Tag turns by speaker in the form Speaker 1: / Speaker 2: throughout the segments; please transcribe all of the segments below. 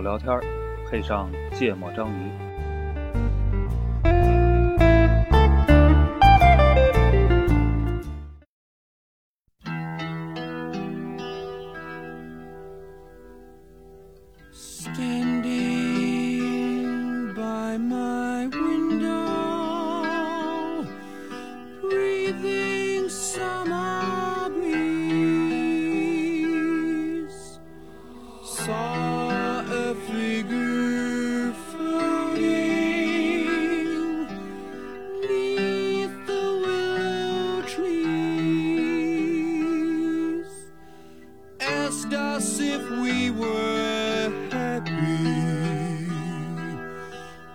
Speaker 1: 聊天，配上芥末章鱼。
Speaker 2: Standing by my window, breathing summer breeze, saw a figure floating neath the willow trees asked us if we were happy.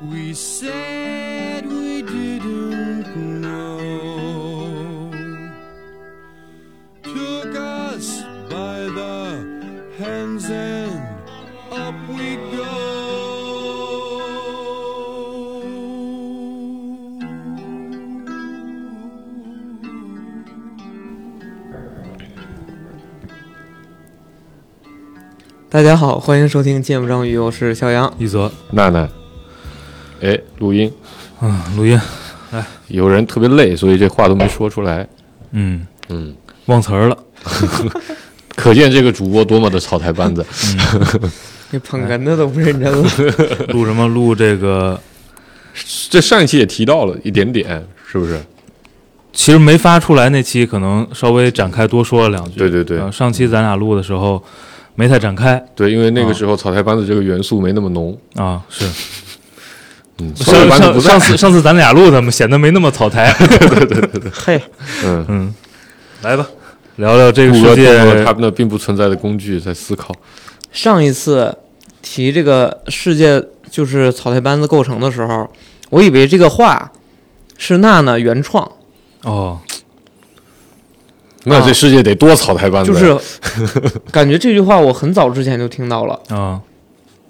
Speaker 2: We said we didn't know. Took us by the hands and up we go.
Speaker 3: 大家好，欢迎收听《芥末章鱼》，我是小杨。
Speaker 4: 一泽，
Speaker 5: 娜娜，哎，录音，
Speaker 4: 嗯，录音，
Speaker 5: 有人特别累，所以这话都没说出来。
Speaker 4: 嗯，
Speaker 5: 嗯，
Speaker 4: 忘词儿了，
Speaker 5: 可见这个主播多么的草台班子。
Speaker 4: 嗯
Speaker 3: 你捧哏的都不认真了，
Speaker 4: 录什么？录这个，
Speaker 5: 这上一期也提到了一点点，是不是？
Speaker 4: 其实没发出来那期，可能稍微展开多说了两句。
Speaker 5: 对对对
Speaker 4: 呃上期咱俩录的时候没太展开
Speaker 5: 对，因为那个时候草台班子这个元素没那么浓。
Speaker 4: 啊，是
Speaker 5: 嗯，草
Speaker 4: 上
Speaker 5: 台班子
Speaker 4: 上
Speaker 5: 不在
Speaker 4: 上。次上次咱俩录的嘛，显得没那么草 台。
Speaker 3: 嘿，
Speaker 5: 嗯，
Speaker 4: 来吧，聊聊这个
Speaker 5: 谷
Speaker 4: 世
Speaker 5: 歌通
Speaker 4: 界
Speaker 5: 过了他那并不存在的工具在思考。
Speaker 3: 上一次提这个世界就是草台班子构成的时候，我以为这个话是娜娜原创，
Speaker 4: 哦，
Speaker 5: 那这世界得多草台班子啊
Speaker 4: 啊
Speaker 3: 就
Speaker 5: 呀。
Speaker 3: 是 感觉这句话我很早之前就听到了，
Speaker 4: 啊，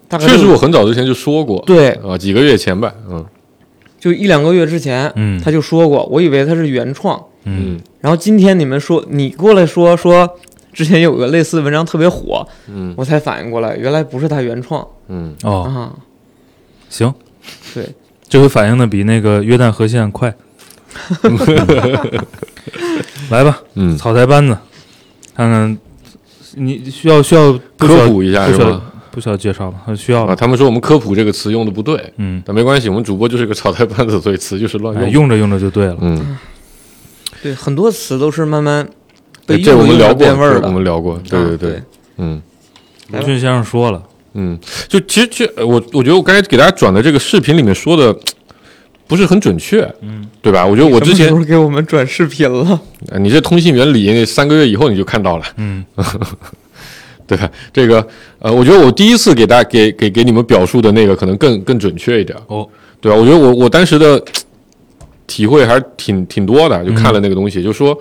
Speaker 3: 大概
Speaker 5: 确实
Speaker 3: 就
Speaker 5: 我很早之前就说过。
Speaker 3: 对，
Speaker 5: 啊，几个月前吧。嗯
Speaker 3: 就一两个月之前，
Speaker 4: 嗯
Speaker 3: 他就说过，我以为他是原创，
Speaker 4: 嗯
Speaker 5: 嗯
Speaker 3: 然后今天你们说你过来说说。之前有个类似文章特别火，
Speaker 5: 嗯
Speaker 3: 我才反应过来，原来不是他原创
Speaker 5: 嗯，
Speaker 4: 哦，
Speaker 3: 啊。
Speaker 4: 行，
Speaker 3: 对，
Speaker 4: 这回反应的比那个约旦河线快。来吧，
Speaker 5: 嗯
Speaker 4: 草台班子，看看你需要需要不需要
Speaker 5: 科普一下
Speaker 4: 不需
Speaker 5: 是
Speaker 4: 要
Speaker 5: 吗
Speaker 4: 不需要介绍吧？需要
Speaker 5: 啊，
Speaker 4: 吧？
Speaker 5: 他们说我们科普这个词用的不对，
Speaker 4: 嗯，
Speaker 5: 但没关系，我们主播就是个草台班子，所以词就是乱
Speaker 4: 哎
Speaker 5: 用。
Speaker 4: 用着用着就对了。
Speaker 5: 嗯。
Speaker 3: 对，很多词都是慢慢被
Speaker 5: 对这我
Speaker 3: 用着用
Speaker 5: 们
Speaker 3: 着
Speaker 5: 聊过，
Speaker 3: 变味儿
Speaker 5: 这我
Speaker 3: 的。
Speaker 5: 们聊过，对
Speaker 3: 啊对
Speaker 5: 对，嗯
Speaker 4: 吴俊先生说了，
Speaker 5: 嗯，就其实其实呃我我觉得我刚才给大家转的这个视频里面说的不是很准确，嗯，对吧？我觉得我之前
Speaker 3: 不是给我们转视频了，
Speaker 5: 呃你这通信原理那三个月以后你就看到了，
Speaker 4: 嗯，
Speaker 5: 对吧？这个呃，我觉得我第一次给大家给给给你们表述的那个可能更更准确一点，
Speaker 4: 哦，
Speaker 5: 对吧？我觉得我我当时的体会还是挺挺多的，就
Speaker 4: 嗯
Speaker 5: 看了那个东西，就说，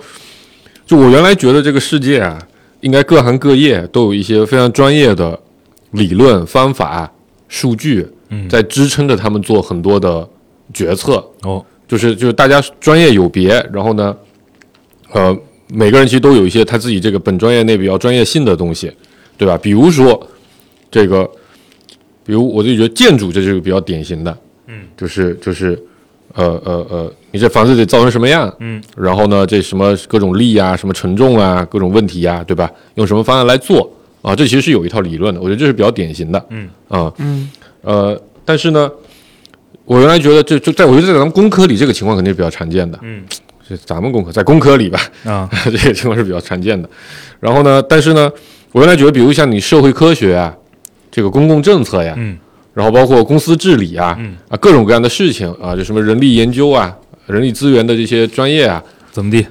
Speaker 5: 就我原来觉得这个世界啊，应该各行各业都有一些非常专业的理论、方法、数据，
Speaker 4: 嗯
Speaker 5: 在支撑着他们做很多的决策，
Speaker 4: 哦，
Speaker 5: 就是就是大家专业有别，然后呢，呃，每个人其实都有一些他自己这个本专业内比较专业性的东西，对吧？比如说这个，比如我就觉得建筑这就是比较典型的，嗯，就是就是。呃呃呃，你这房子得造成什么样？嗯，然后呢，这什么各种力啊、什么承重啊、各种问题呀、对吧？用什么方案来做啊？这其实是有一套理论的，我觉得这是比较典型的。嗯啊，嗯呃，但是呢，我原来觉得这就在我觉得在咱们工科里这个情况肯定是比较常见的，嗯，是咱们工科在工科里吧，
Speaker 4: 啊，
Speaker 5: 这个情况是比较常见的。然后呢，但是呢，我原来觉得，比如像你社会科学啊，这个公共政策呀，
Speaker 4: 嗯，
Speaker 5: 然后包括公司治理啊，嗯啊各种各样的事情啊，就什么人力研究啊、人力资源的这些专业啊，
Speaker 4: 怎么地？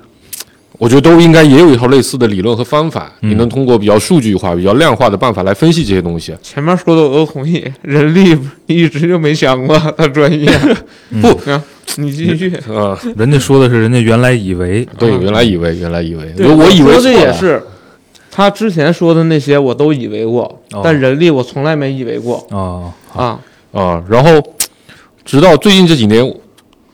Speaker 5: 我觉得都应该也有一套类似的理论和方法，你能通过比较数据化、比较量化的办法来分析这些东西。
Speaker 3: 前面说的我都同意，人力一直就没想过他专业。
Speaker 5: 不
Speaker 3: 啊，你继续。
Speaker 5: 啊、
Speaker 4: 人家说的是人家原来以为，
Speaker 5: 对，原来以为，原来以为，
Speaker 3: 对
Speaker 5: 我以为
Speaker 3: 说这
Speaker 5: 错
Speaker 3: 也
Speaker 5: 了
Speaker 3: 是，他之前说的那些我都以为过，
Speaker 4: 哦
Speaker 3: 但人力我从来没以为过
Speaker 4: 哦，
Speaker 3: 啊。
Speaker 5: 啊，然后直到最近这几年，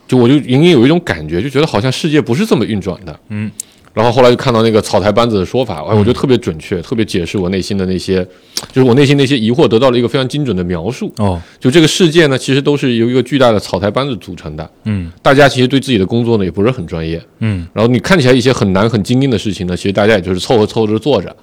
Speaker 5: 就我就隐隐有一种感觉，就觉得好像世界不是这么运转的。
Speaker 4: 嗯，
Speaker 5: 然后后来就看到那个草台班子的说法，哎，我觉得特别准确，特别解释我内心的那些，就是我内心那些疑惑得到了一个非常精准的描述。
Speaker 4: 哦，
Speaker 5: 就这个世界呢，其实都是由一个巨大的草台班子组成的，
Speaker 4: 嗯
Speaker 5: 大家其实对自己的工作呢也不是很专业，
Speaker 4: 嗯
Speaker 5: 然后你看起来一些很难很精英的事情呢，其实大家也就是凑合凑合着做着，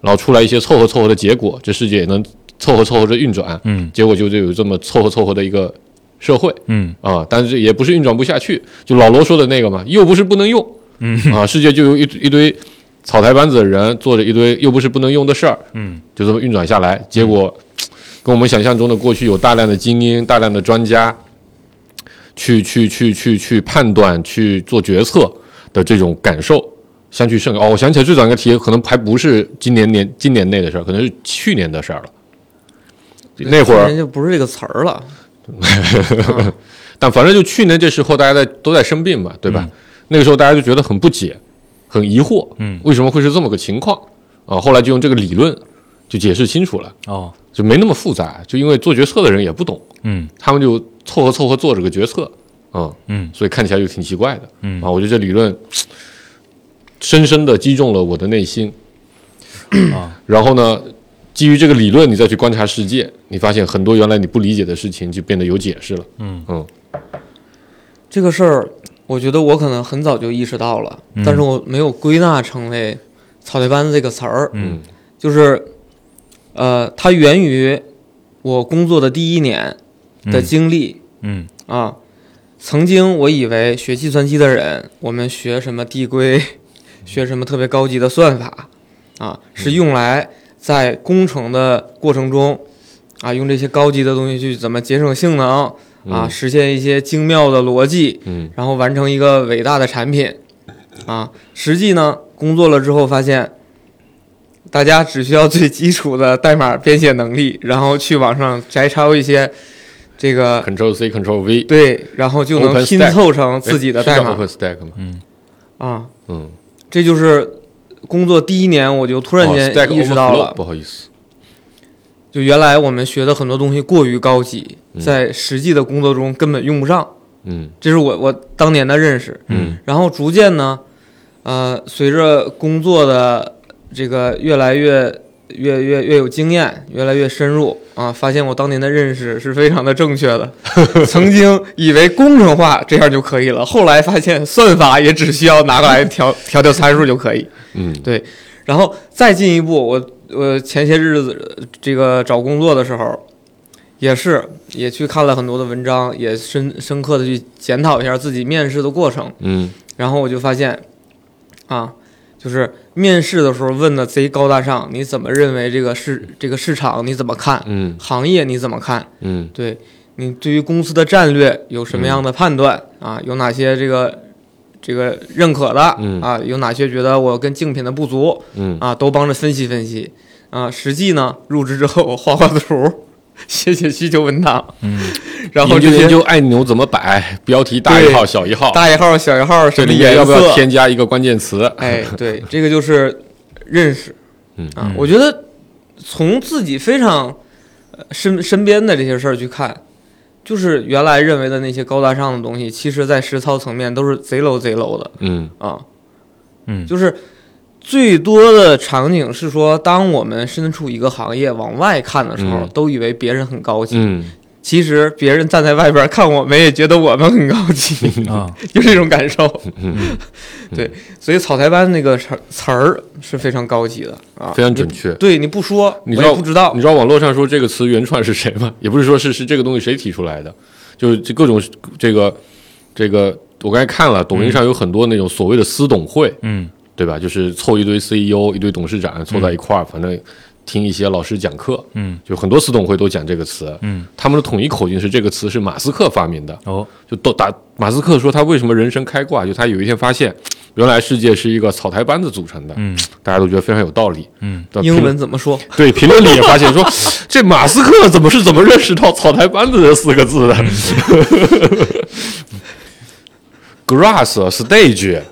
Speaker 5: 然后出来一些凑合凑合的结果，这世界也能凑合凑合着运转，
Speaker 4: 嗯
Speaker 5: 结果就就有这么凑合凑合的一个社会
Speaker 4: 嗯
Speaker 5: 啊，但是也不是运转不下去，就老罗说的那个嘛，又不是不能用，
Speaker 4: 嗯
Speaker 5: 啊，世界就有一一堆草台班子的人做着一堆又不是不能用的事儿，
Speaker 4: 嗯
Speaker 5: 就这么运转下来，结果跟我们想象中的过去有大量的精英、大量的专家去去去去去判断、去做决策的这种感受相去甚远。哦，我想起来最早一个题，可能还不是今年年今年内的事儿，可能是去年的事儿了。那会
Speaker 3: 人
Speaker 5: 儿，
Speaker 3: 就不是这个词儿了。
Speaker 5: 但反正就去年这时候，大家在都在生病嘛，对吧？那个时候大家就觉得很不解，很疑惑，
Speaker 4: 嗯
Speaker 5: 为什么会是这么个情况啊？后来就用这个理论就解释清楚了，
Speaker 4: 哦
Speaker 5: 就没那么复杂，就因为做决策的人也不懂，
Speaker 4: 嗯
Speaker 5: 他们就凑合凑合做这个决策，嗯，
Speaker 4: 嗯
Speaker 5: 所以看起来就挺奇怪的，
Speaker 4: 嗯
Speaker 5: 啊，我觉得这理论深深的击中了我的内心，
Speaker 4: 啊
Speaker 5: 然后呢，基于这个理论，你再去观察世界，你发现很多原来你不理解的事情就变得有解释了，
Speaker 4: 嗯
Speaker 5: 嗯
Speaker 3: 这个事儿，我觉得我可能很早就意识到了，但是我没有归纳成为“草台班子”这个词儿。
Speaker 4: 嗯
Speaker 3: 就是，呃，它源于我工作的第一年的经历、
Speaker 4: 嗯
Speaker 3: 啊。曾经我以为学计算机的人，我们学什么递
Speaker 5: 嗯
Speaker 3: 归，学什么特别高级的算法啊，是用来在工程的过程中啊，用这些高级的东西去怎么节省性能啊，
Speaker 5: 嗯
Speaker 3: 实现一些精妙的逻辑。
Speaker 5: 嗯
Speaker 3: 然后完成一个伟大的产品，啊，实际呢，工作了之后发现，大家只需要最基础的代码编写能力，然后去网上摘抄一些这个
Speaker 5: ，Control C Control V，
Speaker 3: 啊
Speaker 5: 哎
Speaker 3: 对，然后就能
Speaker 5: OpenStack
Speaker 3: 拼凑成自己的代码
Speaker 5: Open Stack 嘛，
Speaker 3: 啊，
Speaker 5: 嗯，
Speaker 3: 这就是工作第一年我嗯就突然
Speaker 5: 哦，Stack
Speaker 3: 间意识到
Speaker 5: Overflow，
Speaker 3: 了，
Speaker 5: 不好意思，
Speaker 3: 就原来我们学的很多东西过于高级，
Speaker 5: 嗯
Speaker 3: 在实际的工作中根本用不上，
Speaker 5: 嗯
Speaker 3: 这是我我当年的认识。
Speaker 5: 嗯
Speaker 3: 然后逐渐呢，呃，随着工作的这个越来越越越越有经验，越来越深入啊，发现我当年的认识是非常的正确的。曾经以为工程化这样就可以了，后来发现算法也只需要拿过来调 调调参数就可以。
Speaker 5: 嗯
Speaker 3: 然后再进一步，我我前些日子呃这个找工作的时候，也是也去看了很多的文章，也深深刻的去检讨一下自己面试的过程。
Speaker 5: 嗯
Speaker 3: 然后我就发现，啊，就是面试的时候问的贼高大上，你怎么认为这个市这个市场你怎么看？
Speaker 5: 嗯
Speaker 3: 行业你怎么看？
Speaker 5: 嗯
Speaker 3: 对你对于公司的战略有什么样的判断、啊？有哪些这个这个认可的、
Speaker 5: 嗯
Speaker 3: 啊？有哪些觉得我跟竞品的不足
Speaker 5: 嗯，
Speaker 3: 啊？都帮着分析分析啊。实际呢，入职之后我画画图， 写写需求文档，
Speaker 4: 嗯
Speaker 3: 然后这
Speaker 5: 研究
Speaker 3: 些
Speaker 5: 研究按钮怎么摆，标题大一号小一号，
Speaker 3: 大一号、小一号
Speaker 5: 这
Speaker 3: 什么
Speaker 5: 里
Speaker 3: 颜
Speaker 5: 面
Speaker 3: 色，
Speaker 5: 要不要添加一个关键词？
Speaker 3: 哎，对，这个就是认识，
Speaker 5: 嗯
Speaker 3: 啊，我觉得从自己非常呃身身边的这些事儿去看，就是原来认为的那些高大上的东西，其实在实操层面都是贼 low 贼 low 的
Speaker 5: 嗯
Speaker 3: 啊，
Speaker 4: 嗯
Speaker 3: 就是最多的场景是说，当我们身处一个行业往外看的时候，
Speaker 5: 嗯
Speaker 3: 都以为别人很高级，
Speaker 5: 嗯
Speaker 3: 其实别人站在外边看我们，也觉得我们很高级。
Speaker 4: 啊
Speaker 3: 就这种感受。
Speaker 5: 嗯
Speaker 3: 对，所以草台班那个词儿词儿是非常高级的啊，
Speaker 5: 非常准确
Speaker 3: 你对，你不说，
Speaker 5: 你
Speaker 3: 我
Speaker 5: 知道
Speaker 3: 也不知道
Speaker 5: 你。知道网络上说这个词原创是谁吗？ 也不是说是是这个东西谁提出来的，就是这各种这个这个，我刚才看了，抖音上有很多那种所谓的私董会，
Speaker 4: 嗯
Speaker 5: 对吧？就是凑一堆 CEO、一堆董事长凑在一块儿，反正听一些老师讲课，
Speaker 4: 嗯
Speaker 5: 就很多私董会都讲这个词，
Speaker 4: 嗯
Speaker 5: 他们的统一口径是这个词是马斯克发明的，
Speaker 4: 哦
Speaker 5: 就都打马斯克说他为什么人生开挂，就他有一天发现，原来世界是一个草台班子组成的，
Speaker 4: 嗯
Speaker 5: 大家都觉得非常有道理。
Speaker 4: 嗯
Speaker 5: 但评
Speaker 3: 英文怎么说？
Speaker 5: 对评论里也发现说，这马斯克怎么是怎么认识到“草台班子”这四个字的？Grass stage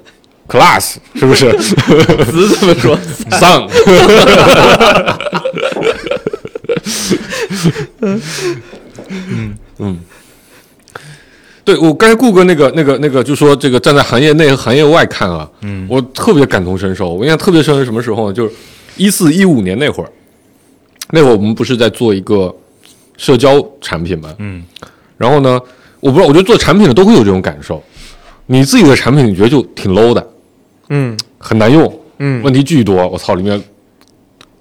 Speaker 5: class 是不是
Speaker 3: 子怎么 说？
Speaker 5: 上？嗯嗯，对我刚才顾哥那个那个那个，就说这个站在行业内和行业外看啊，嗯，我特别感同身受。我印象特别深是什么时候呢？就是一四一五年那会儿，那会儿我们不是在做一个社交产品嘛，
Speaker 4: 嗯，
Speaker 5: 然后呢，我不知道，我觉得做产品的都会有这种感受。你自己的产品，你觉得就挺 low 的，
Speaker 3: 嗯
Speaker 5: 很难用，
Speaker 3: 嗯
Speaker 5: 问题巨多，我操，里面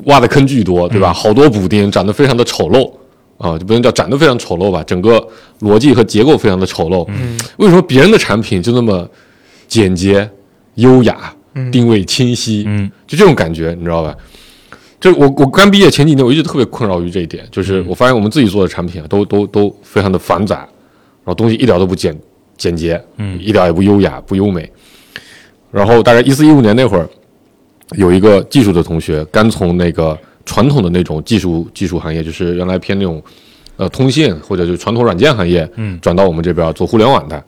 Speaker 5: 挖的坑巨多，对吧？好多补丁，长得非常的丑陋啊，就不能叫长得非常丑陋吧，整个逻辑和结构非常的丑陋。嗯，为什么别人的产品就那么简洁、优雅、定位清晰？
Speaker 4: 嗯，
Speaker 5: 就这种感觉，你知道吧？这我我刚毕业前几年，我一直特别困扰于这一点，就是
Speaker 4: 嗯
Speaker 5: 我发现我们自己做的产品啊，都都都非常的繁杂，然后东西一点都不简简洁，
Speaker 4: 嗯
Speaker 5: 一点也不优雅，不优美。然后大概一四一五年那会儿，有一个技术的同学，刚从那个传统的那种技术技术行业，就是原来偏那种呃通信或者就是传统软件行业，
Speaker 4: 嗯
Speaker 5: 转到我们这边做互联网的。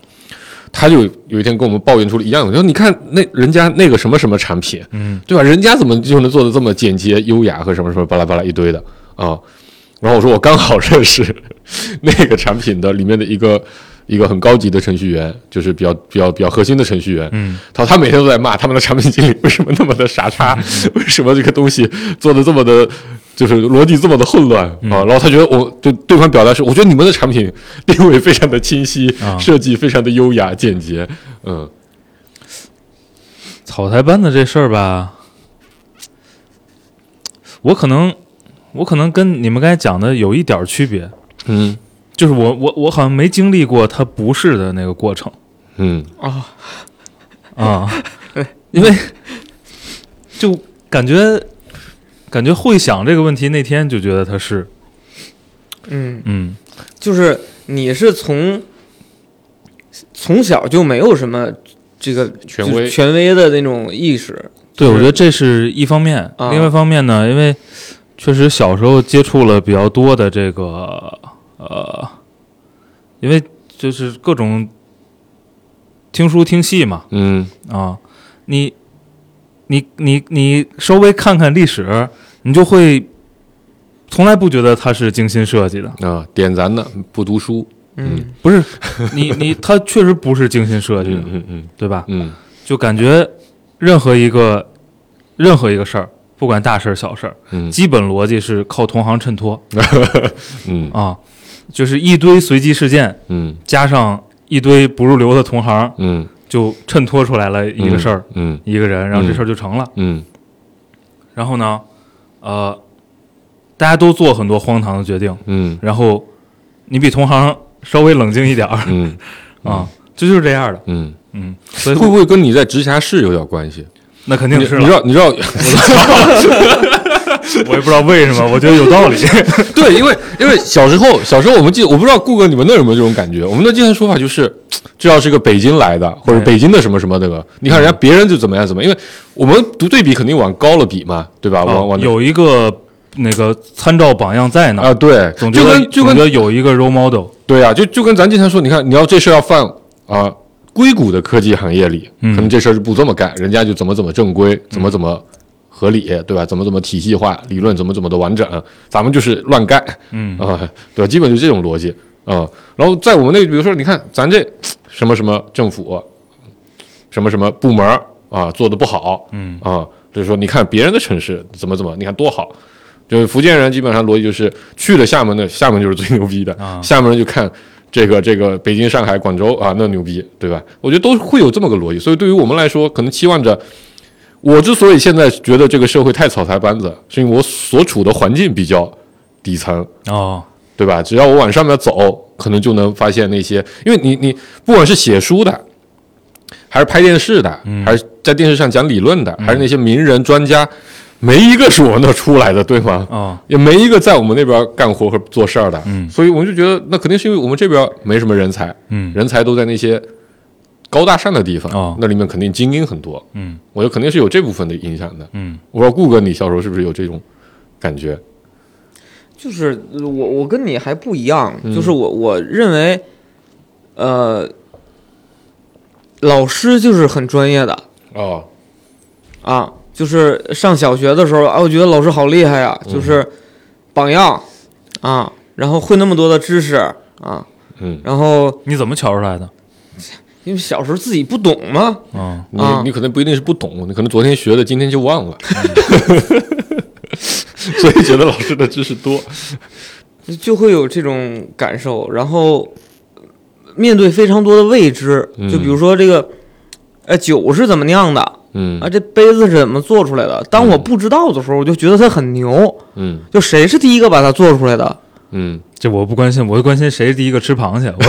Speaker 5: 他就有一天跟我们抱怨出了一样的，就说你看那人家那个什么什么产品，
Speaker 4: 嗯，
Speaker 5: 对吧？人家怎么就能做的这么简洁、优雅和什么什么巴拉巴拉一堆的啊？然后我说我刚好认识 那个产品的里面的一个一个很高级的程序员，就是比较比较比较核心的程序员，
Speaker 4: 嗯，
Speaker 5: 他说他每天都在骂他们的产品经理为什么那么的傻叉，为什么这个东西做的这么的。就是逻辑这么的混乱啊，然后他觉得我对对方表达是，我觉得你们的产品 定位非常的清晰，
Speaker 4: 啊
Speaker 5: 设计非常的优雅简洁，嗯，
Speaker 4: 草台班子这事儿吧，我可能我可能跟你们刚才讲的有一点儿区别，
Speaker 5: 嗯
Speaker 4: 就是我我我好像没经历过它不是的那个过程
Speaker 5: 嗯
Speaker 3: 啊，
Speaker 4: 啊，因为就感觉感觉会想这个问题那天就觉得它是
Speaker 3: 嗯，
Speaker 4: 嗯
Speaker 3: 就是你是从从小就没有什么这个
Speaker 5: 权
Speaker 3: 就是
Speaker 5: 威
Speaker 3: 权威的那种意识，
Speaker 4: 对，我觉得这是一方面，
Speaker 3: 啊
Speaker 4: 另外一方面呢，因为确实小时候接触了比较多的这个呃，因为就是各种听书听戏嘛
Speaker 5: 嗯
Speaker 4: 啊，你你你你稍微看看历史，你就会从来不觉得它是精心设计的，
Speaker 5: 啊，点咱的不读书，
Speaker 3: 嗯
Speaker 4: 不是你你它确实不是精心设计的，
Speaker 5: 嗯嗯
Speaker 4: 对吧？
Speaker 5: 嗯
Speaker 4: 就感觉任何一个任何一个事儿，不管大事儿小事儿。
Speaker 5: 嗯
Speaker 4: 基本逻辑是靠同行衬托
Speaker 5: 嗯
Speaker 4: 啊，就是一堆随机事件
Speaker 5: 嗯
Speaker 4: 加上一堆不入流的同行，
Speaker 5: 嗯，
Speaker 4: 就衬托出来了一个事儿、，
Speaker 5: 嗯
Speaker 4: 一个人，然后这事儿就成了。
Speaker 5: 嗯
Speaker 4: 然后呢，呃，大家都做很多荒唐的决定，
Speaker 5: 嗯
Speaker 4: 然后你比同行稍微冷静一点儿
Speaker 5: 嗯
Speaker 4: 啊，这就是这样的。
Speaker 5: 嗯，
Speaker 4: 嗯，所以
Speaker 5: 会不会跟你在直辖市有点关系？
Speaker 4: 那肯
Speaker 5: 你
Speaker 4: 定
Speaker 5: 你
Speaker 4: 是
Speaker 5: 知
Speaker 4: 了，
Speaker 5: 道你知道，
Speaker 4: 我也不知道为什么，我觉得有道理。
Speaker 5: 对，因为因为小时候小时候我们记，我不知道顾哥你们那有没有这种感觉？我们那经常说法就是，这要是个北京来的，或
Speaker 4: 哎
Speaker 5: 者北京的什么什么那个，你看人家别人就怎么样怎么，样，因为我们读对比肯定往高了比嘛，对吧？往往
Speaker 4: 啊哦有一个那个参照榜样在那儿，
Speaker 5: 啊，对，
Speaker 4: 总觉
Speaker 5: 就
Speaker 4: 得
Speaker 5: 跟就跟
Speaker 4: 总觉得有一个 role model。
Speaker 5: 对啊，就就跟咱经常说，你看，你要这事儿要放啊、硅谷的科技行业里，
Speaker 4: 嗯
Speaker 5: 可能这事儿就不这么干，人家就怎么怎么正规，怎么怎么合理，对吧？怎么怎么体系化，理论怎么怎么的完整，咱们就是乱干
Speaker 4: 嗯
Speaker 5: 啊、对吧？基本就这种逻辑啊、然后在我们那，比如说，你看咱这什么什么政府，什么什么部门儿啊做的不好，
Speaker 4: 嗯
Speaker 5: 啊，就是说你看别人的城市怎么怎么，你看多好。就是福建人基本上逻辑就是去了厦门的，厦门就是最牛逼的，
Speaker 4: 啊
Speaker 5: 厦门人就看这个这个北京、上海、广州啊，那牛逼，对吧？我觉得都会有这么个逻辑，所以对于我们来说，可能期望着。我之所以现在觉得这个社会太草台班子，是因为我所处的环境比较底层，
Speaker 4: 哦，
Speaker 5: 对吧？只要我往上面走，可能就能发现那些，因为你你不管是写书的，还是拍电视的，还是在电视上讲理论的，还是那些名人专家，没一个是我们那出来的，对吗？
Speaker 4: 哦，
Speaker 5: 也没一个在我们那边干活和做事儿的，
Speaker 4: 嗯
Speaker 5: 所以我就觉得那肯定是因为我们这边没什么人才，
Speaker 4: 嗯
Speaker 5: 人才都在那些高大上的地方，
Speaker 4: 哦
Speaker 5: 那里面肯定精英很多，
Speaker 4: 嗯
Speaker 5: 我觉得肯定是有这部分的影响的。
Speaker 4: 嗯
Speaker 5: 我不知道顾哥，你小时候是不是有这种感觉？
Speaker 3: 就是我我跟你还不一样，
Speaker 5: 嗯
Speaker 3: 就是我我认为，呃，老师就是很专业的
Speaker 5: 哦，
Speaker 3: 啊，就是上小学的时候啊，我觉得老师好厉
Speaker 5: 嗯
Speaker 3: 害呀、就是榜样啊，然后会那么多的知识啊，
Speaker 5: 嗯，
Speaker 3: 然后
Speaker 4: 你怎么瞧出来的？
Speaker 3: 因为小时候自己不懂嘛，
Speaker 4: 嗯，
Speaker 5: 你
Speaker 3: 啊
Speaker 5: 你可能不一定是不懂，你可能昨天学的，今天就忘了，所以觉得老师的知识多。
Speaker 3: 就就会有这种感受。然后面对非常多的未知，
Speaker 5: 嗯
Speaker 3: 就比如说这个，呃，酒是怎么酿的
Speaker 5: 嗯
Speaker 3: 啊？这杯子是怎么做出来的？当我不知道的时候，我就觉得它很牛。
Speaker 5: 嗯
Speaker 3: 就谁是第一个把它做出来的？
Speaker 5: 嗯，
Speaker 4: 这我不关心，我会关心谁第一个吃螃蟹。我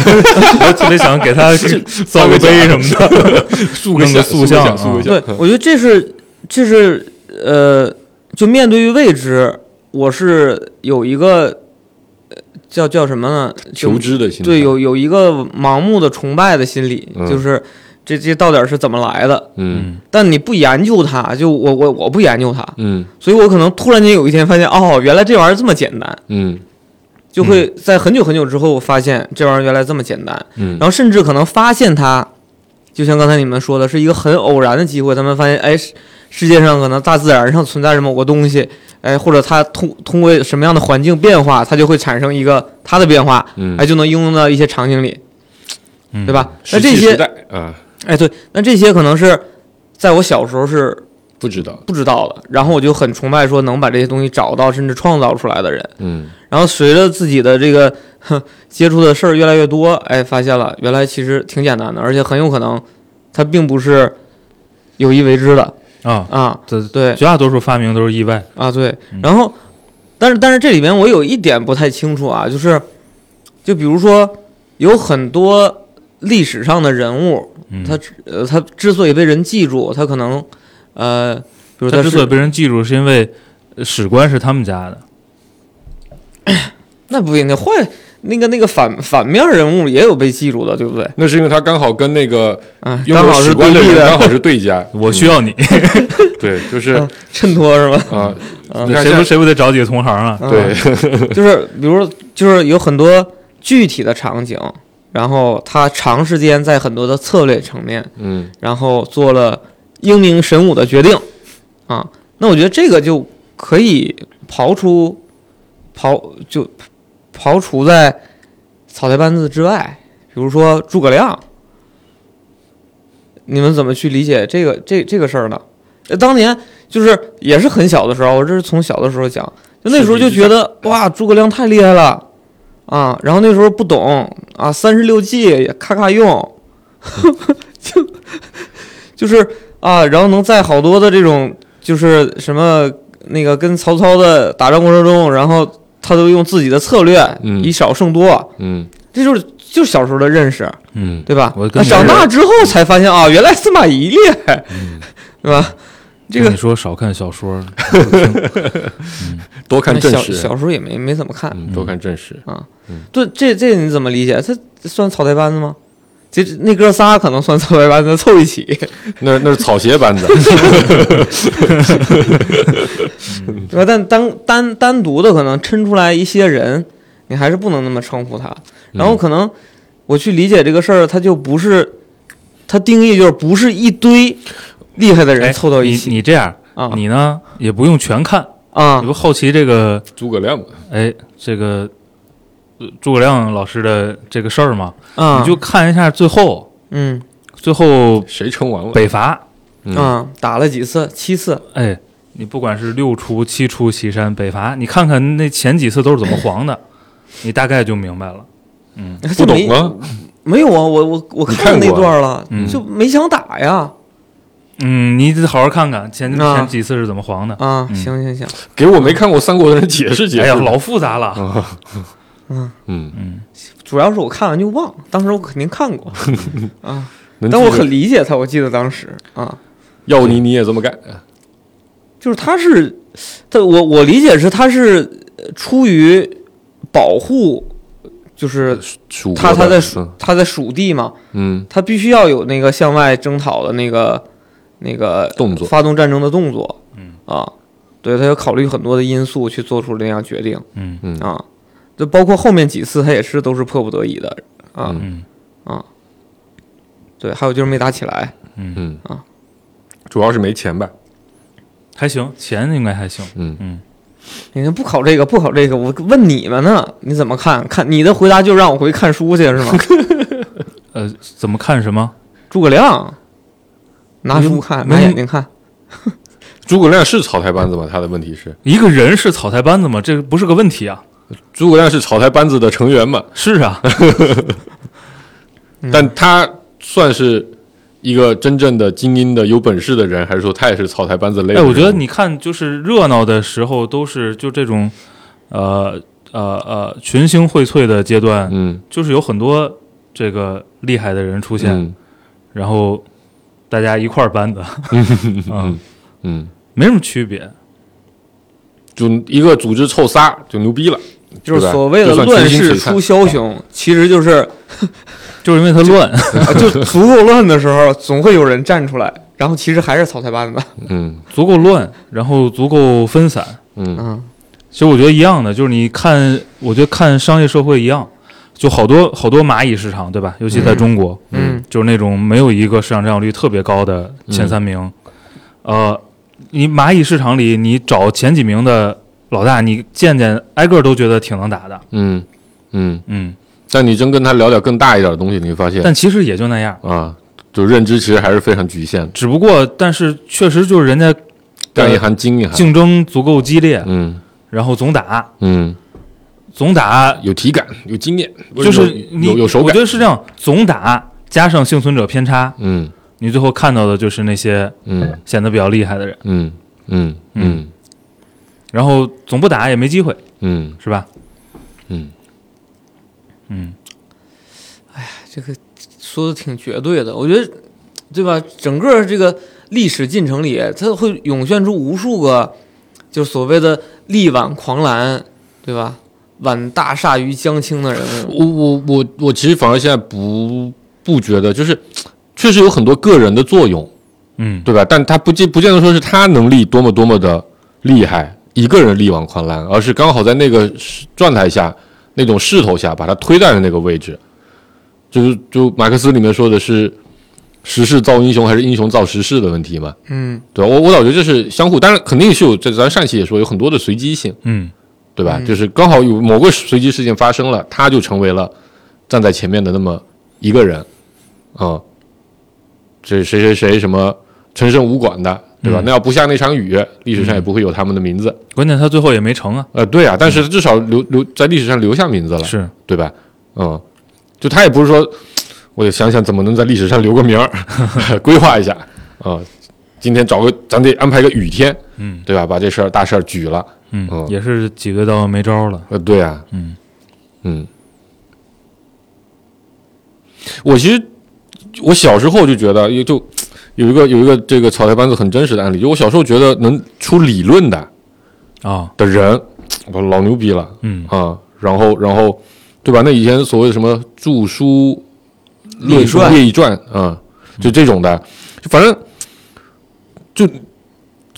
Speaker 4: 我 特别想给他 造个碑什么的，
Speaker 5: 塑
Speaker 4: 弄个塑像
Speaker 5: 塑个
Speaker 4: 啊
Speaker 5: 像
Speaker 3: 对，，我觉得这是这是呃，就面对于未知，我是有一个呃叫叫什么呢？就
Speaker 5: 求知的心态
Speaker 3: 对，有有一个盲目的崇拜的心理，
Speaker 5: 嗯
Speaker 3: 就是这这到底是怎么来的？
Speaker 5: 嗯
Speaker 4: 嗯，
Speaker 3: 但你不研究它，就我我我不研究它，
Speaker 5: 嗯
Speaker 3: 所以我可能突然间有一天发现，哦，原来这玩意儿这么简单，
Speaker 5: 嗯
Speaker 3: 就会在很久很久之后我发现这玩意儿原来这么简单，
Speaker 5: 嗯
Speaker 3: 然后甚至可能发现它，就像刚才你们说的，是一个很偶然的机会，他们发现，哎，世世界上可能大自然上存在着某个东西，哎，或者它通通过什么样的环境变化，它就会产生一个它的变化，
Speaker 5: 嗯
Speaker 3: 哎，就能应用到一些场景里，
Speaker 4: 嗯
Speaker 3: 对？吧？那
Speaker 5: 石器
Speaker 3: 这
Speaker 5: 时
Speaker 3: 些
Speaker 5: 代，啊，
Speaker 3: 哎，对，那这些可能是在我小时候是
Speaker 5: 不知道，
Speaker 3: 不知道的，然后我就很崇拜说能把这些东西找到甚至创造出来的人。
Speaker 5: 嗯
Speaker 3: 然后随着自己的这个哼接触的事儿越来越多，哎，发现了原来其实挺简单的，而且很有可能它并不是有意为之的
Speaker 4: 啊，
Speaker 3: 啊。
Speaker 4: 这
Speaker 3: 对
Speaker 4: 绝大多数发明都是意外。
Speaker 3: 啊，对。
Speaker 4: 嗯
Speaker 3: 然后，但是但是这里面我有一点不太清楚啊，就是就比如说有很多历史上的人物，
Speaker 4: 嗯
Speaker 3: 他之呃他之所以被人记住，他可能呃，比如
Speaker 4: 他之
Speaker 3: 是
Speaker 4: 所以被人记住，是因为呃史官是他们家的。
Speaker 3: 那不一定，坏那个那个反反面人物也有被记住的，对不对？
Speaker 5: 那是因为他刚好跟那个
Speaker 3: 啊，
Speaker 5: 拥
Speaker 3: 刚
Speaker 5: 有
Speaker 3: 好
Speaker 5: 史
Speaker 3: 是
Speaker 5: 观
Speaker 3: 对
Speaker 5: 的
Speaker 3: 立
Speaker 5: 人嗯
Speaker 3: 的，
Speaker 5: 刚 好是对家，
Speaker 4: 我需
Speaker 5: 要
Speaker 4: 要你，
Speaker 5: 对，就是
Speaker 3: 嗯衬托是吧？
Speaker 5: 啊，
Speaker 3: 嗯
Speaker 5: 你看
Speaker 4: 谁不
Speaker 5: 现在
Speaker 4: 谁不得找几个同行啊？
Speaker 5: 对，
Speaker 3: 就是比如说就是有很多具体的场景，然后他长时间在很多的策略层面，
Speaker 5: 嗯
Speaker 3: 然后做了英明神武的决定啊。那我觉得这个就可以刨出刨就刨除在草台班子之外，比如说诸葛亮，你们怎么去理解这个这这个事儿呢？呃当年就是也是很小的时候，我这是从小的时候讲，就那时候就觉得哇，诸葛亮太厉害了啊！然后那时候不懂啊，三十六计也咔咔用， 就就是啊，然后能在好多的这种就是什么那个跟曹操的打仗过程中，然后他都用自己的策略
Speaker 5: 嗯
Speaker 3: 以少胜多，
Speaker 5: 嗯
Speaker 3: 这就是就是小时候的认识，
Speaker 5: 嗯
Speaker 3: 对吧？
Speaker 4: 我跟
Speaker 3: 那
Speaker 4: 你
Speaker 3: 长
Speaker 4: 是
Speaker 3: 大之后才发现啊，原来司马懿厉害，
Speaker 4: 嗯
Speaker 3: 对吧？这
Speaker 4: 跟
Speaker 3: 个
Speaker 4: 你说少看小说，
Speaker 5: 多看正
Speaker 3: 小
Speaker 5: 史，
Speaker 3: 小时候也没没怎么看，
Speaker 5: 嗯，多看正史，
Speaker 3: 对，这这你怎么理解？他算草台班子吗？这那哥仨可能算草台班子凑一起，
Speaker 5: 那那是草鞋班的，
Speaker 4: 嗯
Speaker 3: 对吧？但单单单独的可能抻出来一些人，你还是不能那么称呼他。然
Speaker 4: 嗯
Speaker 3: 后可能我去理解这个事儿，他就不是，他定义就是不是一堆厉害的人
Speaker 4: 哎
Speaker 3: 凑到一
Speaker 4: 你
Speaker 3: 起
Speaker 4: 你这样，
Speaker 3: 啊
Speaker 4: 你呢也不用全看，
Speaker 3: 啊
Speaker 4: 你不好奇这个
Speaker 5: 诸葛亮嘛，
Speaker 4: 哎这个呃诸葛亮老师的这个事儿吗？
Speaker 3: 啊！
Speaker 4: 你就看一下最后，
Speaker 3: 嗯
Speaker 4: 最后
Speaker 5: 谁称王了？
Speaker 4: 北伐，
Speaker 5: 嗯
Speaker 3: 啊，打了几次？七次
Speaker 4: 哎，你不管是六出、七出、祁山、北伐，你看看那前几次都是怎么黄的，你大概就明白了。
Speaker 5: 不
Speaker 3: 这
Speaker 5: 懂
Speaker 3: 没
Speaker 5: 啊，
Speaker 3: 没有啊，我我我
Speaker 5: 你
Speaker 3: 看了
Speaker 5: 看
Speaker 3: 那
Speaker 5: 过啊
Speaker 3: 段了，
Speaker 4: 嗯
Speaker 3: 就没想打呀
Speaker 4: 嗯，你得好好看看前
Speaker 3: 啊
Speaker 4: 前几次是怎么黄的。
Speaker 3: 啊！
Speaker 4: 嗯
Speaker 3: 行行行，
Speaker 5: 给我没看过三国的人解释解
Speaker 4: 哎
Speaker 5: 释
Speaker 4: 呀，。老复杂了。
Speaker 5: 嗯，
Speaker 3: 主要是我看完就忘，当时我肯定看过啊，
Speaker 5: 能
Speaker 3: 但
Speaker 5: 记
Speaker 3: 我
Speaker 5: 着
Speaker 3: 很理解他，我记得当时啊，
Speaker 5: 要你你也这么干，
Speaker 3: 就是他是他我我理解是他是呃出于保护，就是
Speaker 5: 蜀
Speaker 3: 他他在
Speaker 5: 蜀
Speaker 3: 蜀他在蜀地嘛，
Speaker 5: 嗯
Speaker 3: 他必须要有那个向外征讨的那个那个
Speaker 5: 动作
Speaker 3: 发动战争的动作，嗯啊，对他要考虑很多的因素去做出那样决定
Speaker 4: 嗯
Speaker 5: 嗯
Speaker 3: 啊，就包括后面几次他也是都是迫不得已的啊，
Speaker 4: 嗯
Speaker 3: 对，还有就是没打起来，
Speaker 4: 嗯，
Speaker 5: 嗯
Speaker 3: 啊，
Speaker 5: 主要是没钱吧，
Speaker 4: 还行，钱应该还行。
Speaker 5: 嗯
Speaker 4: 嗯，
Speaker 3: 你看不考这个，不考这个，我问你们呢，你怎么看？看你的回答就让我回看书去是 吗？
Speaker 4: 呃，怎么看什么？
Speaker 3: 诸葛亮拿书看，
Speaker 4: 没
Speaker 3: 拿眼睛看，
Speaker 5: 诸葛亮是草台班子吗？他的问题是，
Speaker 4: 一个人是草台班子吗？这个不是个问题啊。
Speaker 5: 诸葛亮是草台班子的成员嘛？
Speaker 4: 是啊，
Speaker 5: 但他算是一个真正的精英的有本事的人，还是说他也是草台班子类的
Speaker 4: 哎，
Speaker 5: 人？
Speaker 4: 我觉得你看，就是热闹的时候都是就这种，呃呃呃，群星荟萃的阶段，
Speaker 5: 嗯，
Speaker 4: 就是有很多这个厉害的人出
Speaker 5: 不
Speaker 4: 现，然后大家一块儿搬的，嗯，
Speaker 5: 嗯，
Speaker 4: 没什么区别。
Speaker 5: 就一个组织凑仨就牛逼了，
Speaker 3: 就是
Speaker 5: 对吧
Speaker 3: 所谓的
Speaker 5: 就算
Speaker 3: 乱
Speaker 5: 群星
Speaker 3: 世
Speaker 5: 璀璨
Speaker 3: 出枭雄，其实就是
Speaker 4: 就是因为它乱，
Speaker 3: 啊就足够乱的时候，总会有人站出来，然后其实还是草台班子。
Speaker 5: 嗯
Speaker 4: 足够乱，然后足够分散，
Speaker 5: 嗯
Speaker 3: 嗯，
Speaker 4: 其实我觉得一样的，就是你看，我觉得看商业社会一样，就好多好多蚂蚁市场，对吧？尤其在中国，
Speaker 3: 嗯，
Speaker 4: 就是那种没有一个市场占有率特别高的前三名，呃，你蚂蚁市场里你找前几名的老大，你见见挨个都觉得挺能打的，
Speaker 5: 嗯嗯。
Speaker 4: 嗯，
Speaker 5: 但你真跟他聊点更大一点的东西，你会发现
Speaker 4: 但其实也就那样，
Speaker 5: 啊，就认知其实还是非常局限的，
Speaker 4: 只不过但是确实就是
Speaker 5: 哎
Speaker 4: 人家
Speaker 5: 干一行精一啊行。
Speaker 4: 竞争足够激烈，
Speaker 5: 嗯
Speaker 4: 然后总打
Speaker 5: 嗯，
Speaker 4: 总打
Speaker 5: 有体感，有经验，
Speaker 4: 就是
Speaker 5: 有
Speaker 4: 你
Speaker 5: 有有手
Speaker 4: 我
Speaker 5: 感
Speaker 4: 觉。得是这样，总打加上幸存者偏差，
Speaker 5: 嗯
Speaker 4: 你最后看到的就是那些
Speaker 5: 嗯
Speaker 4: 显得比较厉害的人，
Speaker 5: 嗯嗯嗯
Speaker 4: 然后总不打也没机会，
Speaker 5: 嗯
Speaker 4: 是吧？
Speaker 5: 嗯，
Speaker 4: 嗯，
Speaker 3: 这个说的挺绝对的，我觉得，对吧？整个这个历史进程里，它会涌现出无数个，就是所谓的力挽狂澜，对吧？挽大厦于江青的人物，
Speaker 5: 我我我我其实反而现在不不觉得，就是确实有很多个人的作用，
Speaker 4: 嗯，
Speaker 5: 对吧？但他不见不见得说是他能力多么多么的厉害，一个人力挽狂澜，而是刚好在那个时状态下、那种势头下，把他推在了那个位置。就是就马克思里面说的是时势造英雄还是英雄造时势的问题嘛？
Speaker 3: 嗯，
Speaker 5: 对吧？我我老觉得这是相互，当然肯定是有，这咱上期也说有很多的随机性，
Speaker 4: 嗯，
Speaker 5: 对吧？
Speaker 3: 嗯
Speaker 5: 就是刚好有某个随机事件发生了，他就成为了站在前面的那么一个人，啊、这谁谁谁什么陈胜吴广的，对吧？
Speaker 4: 嗯
Speaker 5: 那要不下那场雨，历史上也不会有他们的名字。
Speaker 4: 关键他最后也没成啊，
Speaker 5: 呃，对啊，但是至少留留在历史上留下名字了，
Speaker 4: 是，
Speaker 5: 对吧？嗯，就他也不是说，我得想想怎么能在历史上留个名儿， 规划一下啊、今天找个，咱得安排个雨天，
Speaker 4: 嗯
Speaker 5: 对吧？把这事儿大事儿举了，
Speaker 4: 嗯，
Speaker 5: 嗯
Speaker 4: 也是挤兑到没招了，
Speaker 5: 呃，对啊，
Speaker 4: 嗯
Speaker 5: 嗯，我其实我小时候就觉得，也就有一个有一个这个草台班子很真实的案例，就我小时候觉得能出理论的
Speaker 4: 啊、
Speaker 5: 的人，我老牛逼了
Speaker 4: 嗯，
Speaker 5: 啊！然后然后对吧？那以前所谓什么著书
Speaker 3: 列传
Speaker 5: 列传
Speaker 4: 嗯
Speaker 5: 啊，就这种的，就反正就。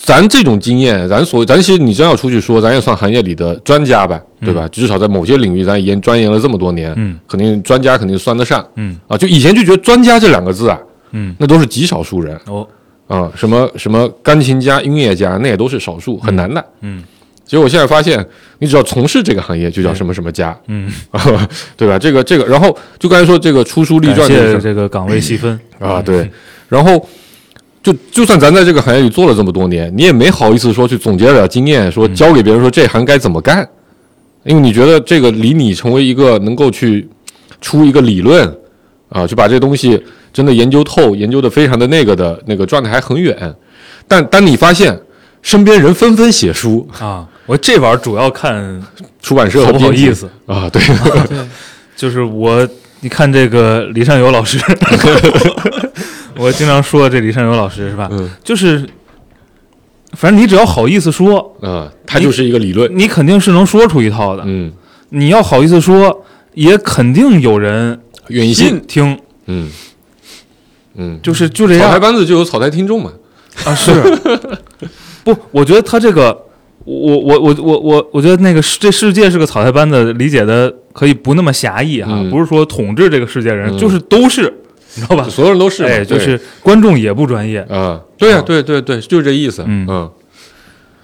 Speaker 5: 咱这种经验，咱所咱其实你真要出去说，咱也算行业里的专家呗，对吧？至少在某些领域，咱研钻研了这么多年，
Speaker 4: 嗯，
Speaker 5: 肯定专家肯定算得上，
Speaker 4: 嗯
Speaker 5: 啊，就以前就觉得专家这两个字啊，
Speaker 4: 嗯，
Speaker 5: 那都是极少数人
Speaker 4: 哦，
Speaker 5: 啊，什么什么钢琴家、音乐家，那也都是少数，很难的。
Speaker 4: 嗯
Speaker 5: 结果现在发现，你只要从事这个行业，就叫什么什么家，
Speaker 4: 嗯，
Speaker 5: 对吧？这个这个，然后就刚才说这个出书立
Speaker 4: 感
Speaker 5: 传这个
Speaker 4: 谢
Speaker 5: 事
Speaker 4: 这个岗位细 分，
Speaker 5: 儿啊，对，然后就就算咱在这个行业里做了这么多年，你也没好意思说去总结点经验，
Speaker 4: 嗯
Speaker 5: 说教给别人说这行该怎么干，因为你觉得这个离你成为一个能够去出一个理论啊，去把这东西真的研究透、研究的非常的那个的那个状态还很远。但当你发现身边人纷纷写书，
Speaker 4: 啊，我这玩意儿主要看
Speaker 5: 出版社
Speaker 4: 好不好
Speaker 5: 编辑
Speaker 4: 意思
Speaker 5: 啊，对，
Speaker 4: 就是我，你看这个李善友老 师，我经常说这李善友老师是吧？
Speaker 5: 嗯
Speaker 4: 就是，反正你只要好意思说，
Speaker 5: 啊，它就是一个理论，
Speaker 4: 你肯定是能说出一套的。
Speaker 5: 嗯，
Speaker 4: 你要好意思说，也肯定有人
Speaker 5: 愿意信，
Speaker 4: 听，
Speaker 5: 嗯嗯，
Speaker 4: 就是就这
Speaker 5: 草台
Speaker 4: 样
Speaker 5: 班子就有草台听众嘛，
Speaker 4: 啊。是， 不，我觉得他这个，我我我我我我觉得那个世这世界是个草台班子，理解的可以不那么狭义哈，
Speaker 5: 嗯
Speaker 4: 不是说统治这个世界人，
Speaker 5: 嗯
Speaker 4: 就是都是，你知道吧？
Speaker 5: 所有人都是嘛，
Speaker 4: 哎，就
Speaker 5: 对
Speaker 4: 是观众也不专业，
Speaker 5: 啊，对呀、
Speaker 4: 啊
Speaker 5: 对对对，就是这意思。
Speaker 4: 嗯
Speaker 5: 嗯，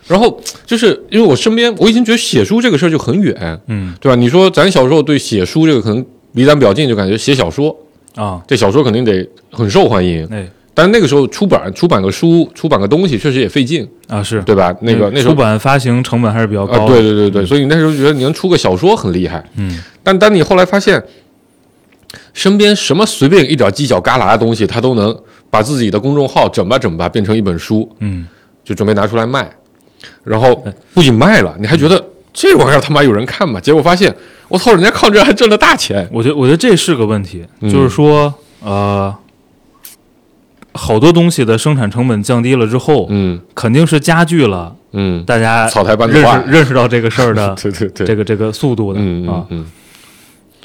Speaker 5: 然后就是因为我身边，我已经觉得写书这个事儿就很远，
Speaker 4: 嗯
Speaker 5: 对吧？你说咱小时候对写书这个可能离咱比较近，就感觉写小说，
Speaker 4: 啊，
Speaker 5: 这小说肯定得很受欢迎。
Speaker 4: 哎
Speaker 5: 但是那个时候出版出版个书，出版个东西确实也费劲，
Speaker 4: 啊是
Speaker 5: 对吧？那个那时
Speaker 4: 出
Speaker 5: 候
Speaker 4: 版发行成本还是比较
Speaker 5: 啊、
Speaker 4: 高的，
Speaker 5: 对对对对，所以你那时候觉得你能出个小说很厉害，
Speaker 4: 嗯
Speaker 5: 但当你后来发现，身边什么随便一点犄角旮旯的东西，他都能把自己的公众号整吧整吧变成一本书，
Speaker 4: 嗯
Speaker 5: 就准备拿出来卖，然后不仅卖了，你还觉得这玩意儿他妈有人看吗？结果发现，我操，人家靠这还挣了大钱。
Speaker 4: 我觉得我觉得这是个问题，
Speaker 5: 嗯
Speaker 4: 就是说呃，好多东西的生产成本降低了之后，
Speaker 5: 嗯
Speaker 4: 肯定是加剧了
Speaker 5: 嗯，
Speaker 4: 大家
Speaker 5: 草台班子
Speaker 4: 认
Speaker 5: 话
Speaker 4: 识认识到这个事儿的
Speaker 5: 对对对，
Speaker 4: 这个这个速度的
Speaker 5: 嗯嗯
Speaker 4: 啊，
Speaker 5: 嗯，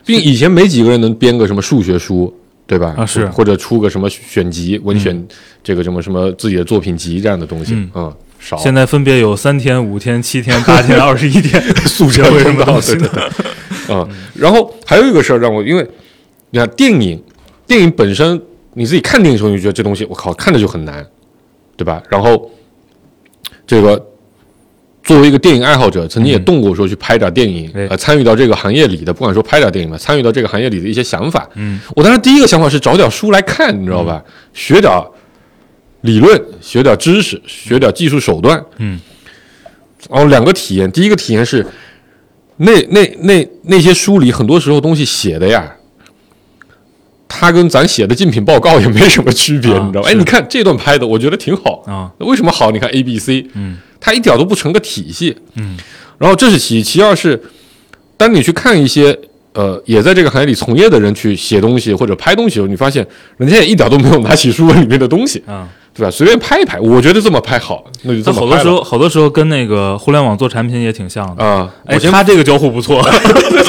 Speaker 5: 并以前没几个人能编个什么数学书。对吧？
Speaker 4: 啊是
Speaker 5: 或者出个什么选集、文选，这个什么什么自己的作品集这样的东西，
Speaker 4: 嗯
Speaker 5: 嗯，少。
Speaker 4: 现在分别有三天、五天、七天、八天、二十一 天，
Speaker 5: 素
Speaker 4: 学会什么东西呢
Speaker 5: 对对对，嗯，然后还有一个事儿让我，因为你看电影，电影本身你自己看电影的时候，你就觉得这东西我靠看着就很难，对吧？然后这个作为一个电影爱好者，曾经也动过说去拍点电影，
Speaker 4: 哎
Speaker 5: 呃，参与到这个行业里的，不管说拍点电影吧，参与到这个行业里的一些想法。
Speaker 4: 嗯，
Speaker 5: 我当时第一个想法是找点书来看，你知道吧？学点理论，学点知识，学点技术手段。
Speaker 4: 嗯，
Speaker 5: 然后两个体验，第一个体验是，那那那那些书里很多时候东西写的呀，它跟咱写的竞品报告也没什么区别，
Speaker 4: 啊
Speaker 5: 你知道吧？
Speaker 4: 是
Speaker 5: 哎，你看这段拍的，我觉得挺好
Speaker 4: 啊。
Speaker 5: 那为什么好？你看 A、B、C，
Speaker 4: 嗯，
Speaker 5: 它一点都不成个体系。
Speaker 4: 嗯，
Speaker 5: 然后这是其一，其二是，当你去看一些呃也在这个行业里从业的人去写东西或者拍东西的时候，你发现人家也一点都没有拿起书本里面的东西，
Speaker 4: 啊，
Speaker 5: 对吧？随便拍一拍，我觉得这么拍好，那就这
Speaker 4: 这
Speaker 5: 么
Speaker 4: 好多
Speaker 5: 拍
Speaker 4: 时
Speaker 5: 了
Speaker 4: 候好多时候跟那个互联网做产品也挺像的。
Speaker 5: 啊，
Speaker 4: 哎，
Speaker 5: 我先
Speaker 4: 他这个交互不错，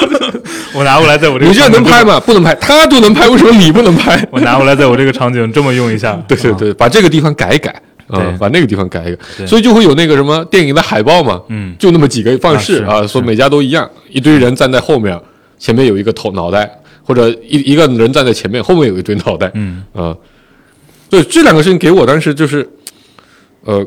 Speaker 4: 我拿过来在我这个
Speaker 5: 你这能
Speaker 4: 场
Speaker 5: 拍
Speaker 4: 景？
Speaker 5: 吗？不能拍，他都能拍，为什么你不能拍？
Speaker 4: 我拿过来在我这个场景这么用一下。
Speaker 5: 对对
Speaker 4: 啊，
Speaker 5: 对，把这个地方改一改，
Speaker 4: 对
Speaker 5: 嗯，把那个地方改一
Speaker 4: 对
Speaker 5: 改，所以就会有那个什么电影的海报嘛，
Speaker 4: 嗯
Speaker 5: 就那么几个
Speaker 4: 啊
Speaker 5: 方式
Speaker 4: 是
Speaker 5: 啊，说每家都一样，一堆人站在后面，前面有一个头脑袋，或者一一个人站在前面，后面有一堆脑袋，
Speaker 4: 嗯
Speaker 5: 啊，对，这两个事情给我当时就是，呃，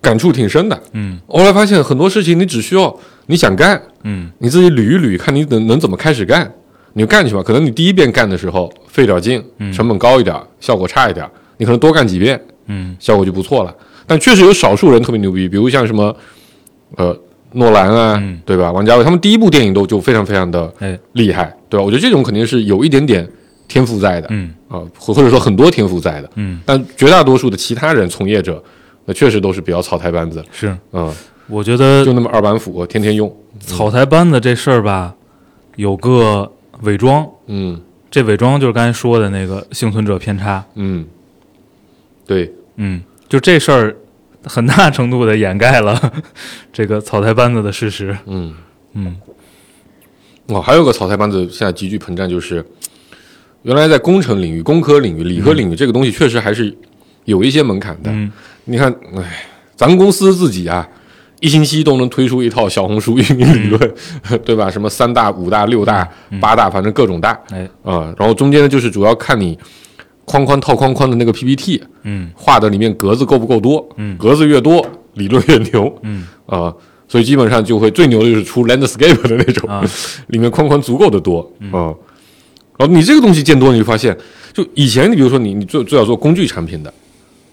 Speaker 5: 感触挺深的。
Speaker 4: 嗯
Speaker 5: 后来发现很多事情你只需要你想干，
Speaker 4: 嗯
Speaker 5: 你自己捋一捋，看你能能怎么开始干，你就干去吧。可能你第一遍干的时候费点劲，成本高一点，效果差一点，你可能多干几遍，
Speaker 4: 嗯
Speaker 5: 效果就不错了。但确实有少数人特别牛逼，比如像什么，呃，诺兰啊，
Speaker 4: 嗯
Speaker 5: 对吧？王家卫他们第一部电影都就非常非常的
Speaker 4: 哎
Speaker 5: 厉害，对吧？我觉得这种肯定是有一点点天赋在的，
Speaker 4: 嗯
Speaker 5: 啊、或或者说很多天赋在的。
Speaker 4: 嗯，
Speaker 5: 但绝大多数的其他人从业者，那确实都是比较草台班子，
Speaker 4: 是，
Speaker 5: 嗯，
Speaker 4: 我觉得
Speaker 5: 就那么二板斧，天天用，
Speaker 4: 草台班子这事儿吧，有个伪装，
Speaker 5: 嗯
Speaker 4: 这伪装就是刚才说的那个幸存者偏差。
Speaker 5: 嗯，对，
Speaker 4: 嗯，就这事儿很大程度的掩盖了 这个草台班子的事实。
Speaker 5: 嗯。
Speaker 4: 嗯
Speaker 5: 哦，还有个草台班子现在急剧膨胀，就是原来在工程领域、工科领域、理科领域、这个东西确实还是有一些门槛的。
Speaker 4: 嗯
Speaker 5: 你看，哎，咱们公司自己啊，一星期都能推出一套小红书运 营理论，
Speaker 4: 嗯
Speaker 5: 对吧？什么三大、五大、六大、八大，反正各种大啊、
Speaker 4: 哎
Speaker 5: 然后中间呢，就是主要看你框框套框框的那个 PPT
Speaker 4: 嗯
Speaker 5: 画的里面格子够不够多，
Speaker 4: 嗯
Speaker 5: 格子越多，理论越牛，
Speaker 4: 嗯
Speaker 5: 啊、所以基本上就会最牛的就是出 landscape 的那种，
Speaker 4: 啊 嗯
Speaker 5: 里面框框足够的多啊、然后你这个东西见多，了，你就发现，就以前你比如说你你最最早做工具产品的，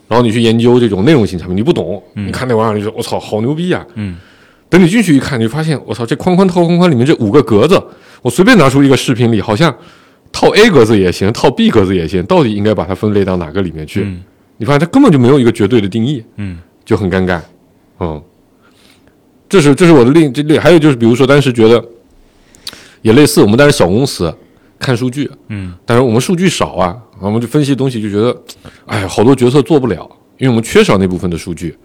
Speaker 5: 然后你去研究这种内容型产品，你不懂，你看那玩意儿你就我操好牛逼啊！
Speaker 4: 嗯，
Speaker 5: 等你进去一看，你就发现我操这框框套框框里面这五个格子，我随便拿出一个视频里好像。套 A 格子也行，套 B 格子也行，到底应该把它分类到哪个里面去？
Speaker 4: 嗯
Speaker 5: 你发现它根本就没有一个绝对的定义。
Speaker 4: 嗯
Speaker 5: 就很尴尬，嗯，这是这是我的另这另还有就是，比如说当时觉得也类似，我们当时小公司看数据，
Speaker 4: 嗯
Speaker 5: 但是我们数据少啊，我们就分析东西就觉得，哎呀，好多决策做不了，因为我们缺少那部分的数据，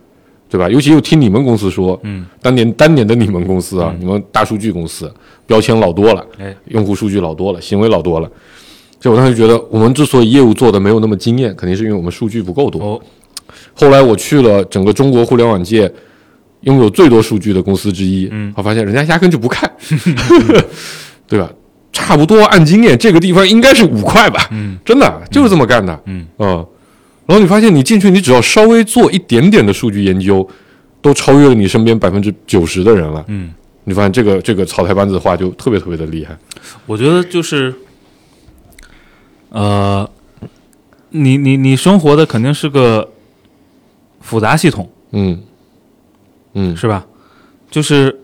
Speaker 5: 对吧？尤其又听你们公司说，
Speaker 4: 嗯，
Speaker 5: 当年当年的你们公司啊，你们大数据公司标签老多了，
Speaker 4: 哎
Speaker 5: 用户数据老多了，行为老多了。所以我当时觉得，我们之所以业务做的没有那么惊艳，肯定是因为我们数据不够多。
Speaker 4: 哦
Speaker 5: 后来我去了整个中国互联网界拥有最多数据的公司之一，
Speaker 4: 嗯
Speaker 5: 我发现人家压根就不看， 对吧？差不多按经验，这个地方应该是五块吧，
Speaker 4: 嗯
Speaker 5: 真的就是这么干的，
Speaker 4: 嗯
Speaker 5: 然后你发现你进去，你只要稍微做一点点的数据研究，都超越了你身边百分之九十的人了。
Speaker 4: 嗯，
Speaker 5: 你发现这个这个草台班子的话就特别特别的厉害。
Speaker 4: 我觉得就是，呃，你你你生活的肯定是个复杂系统，
Speaker 5: 嗯嗯
Speaker 4: 是吧？就是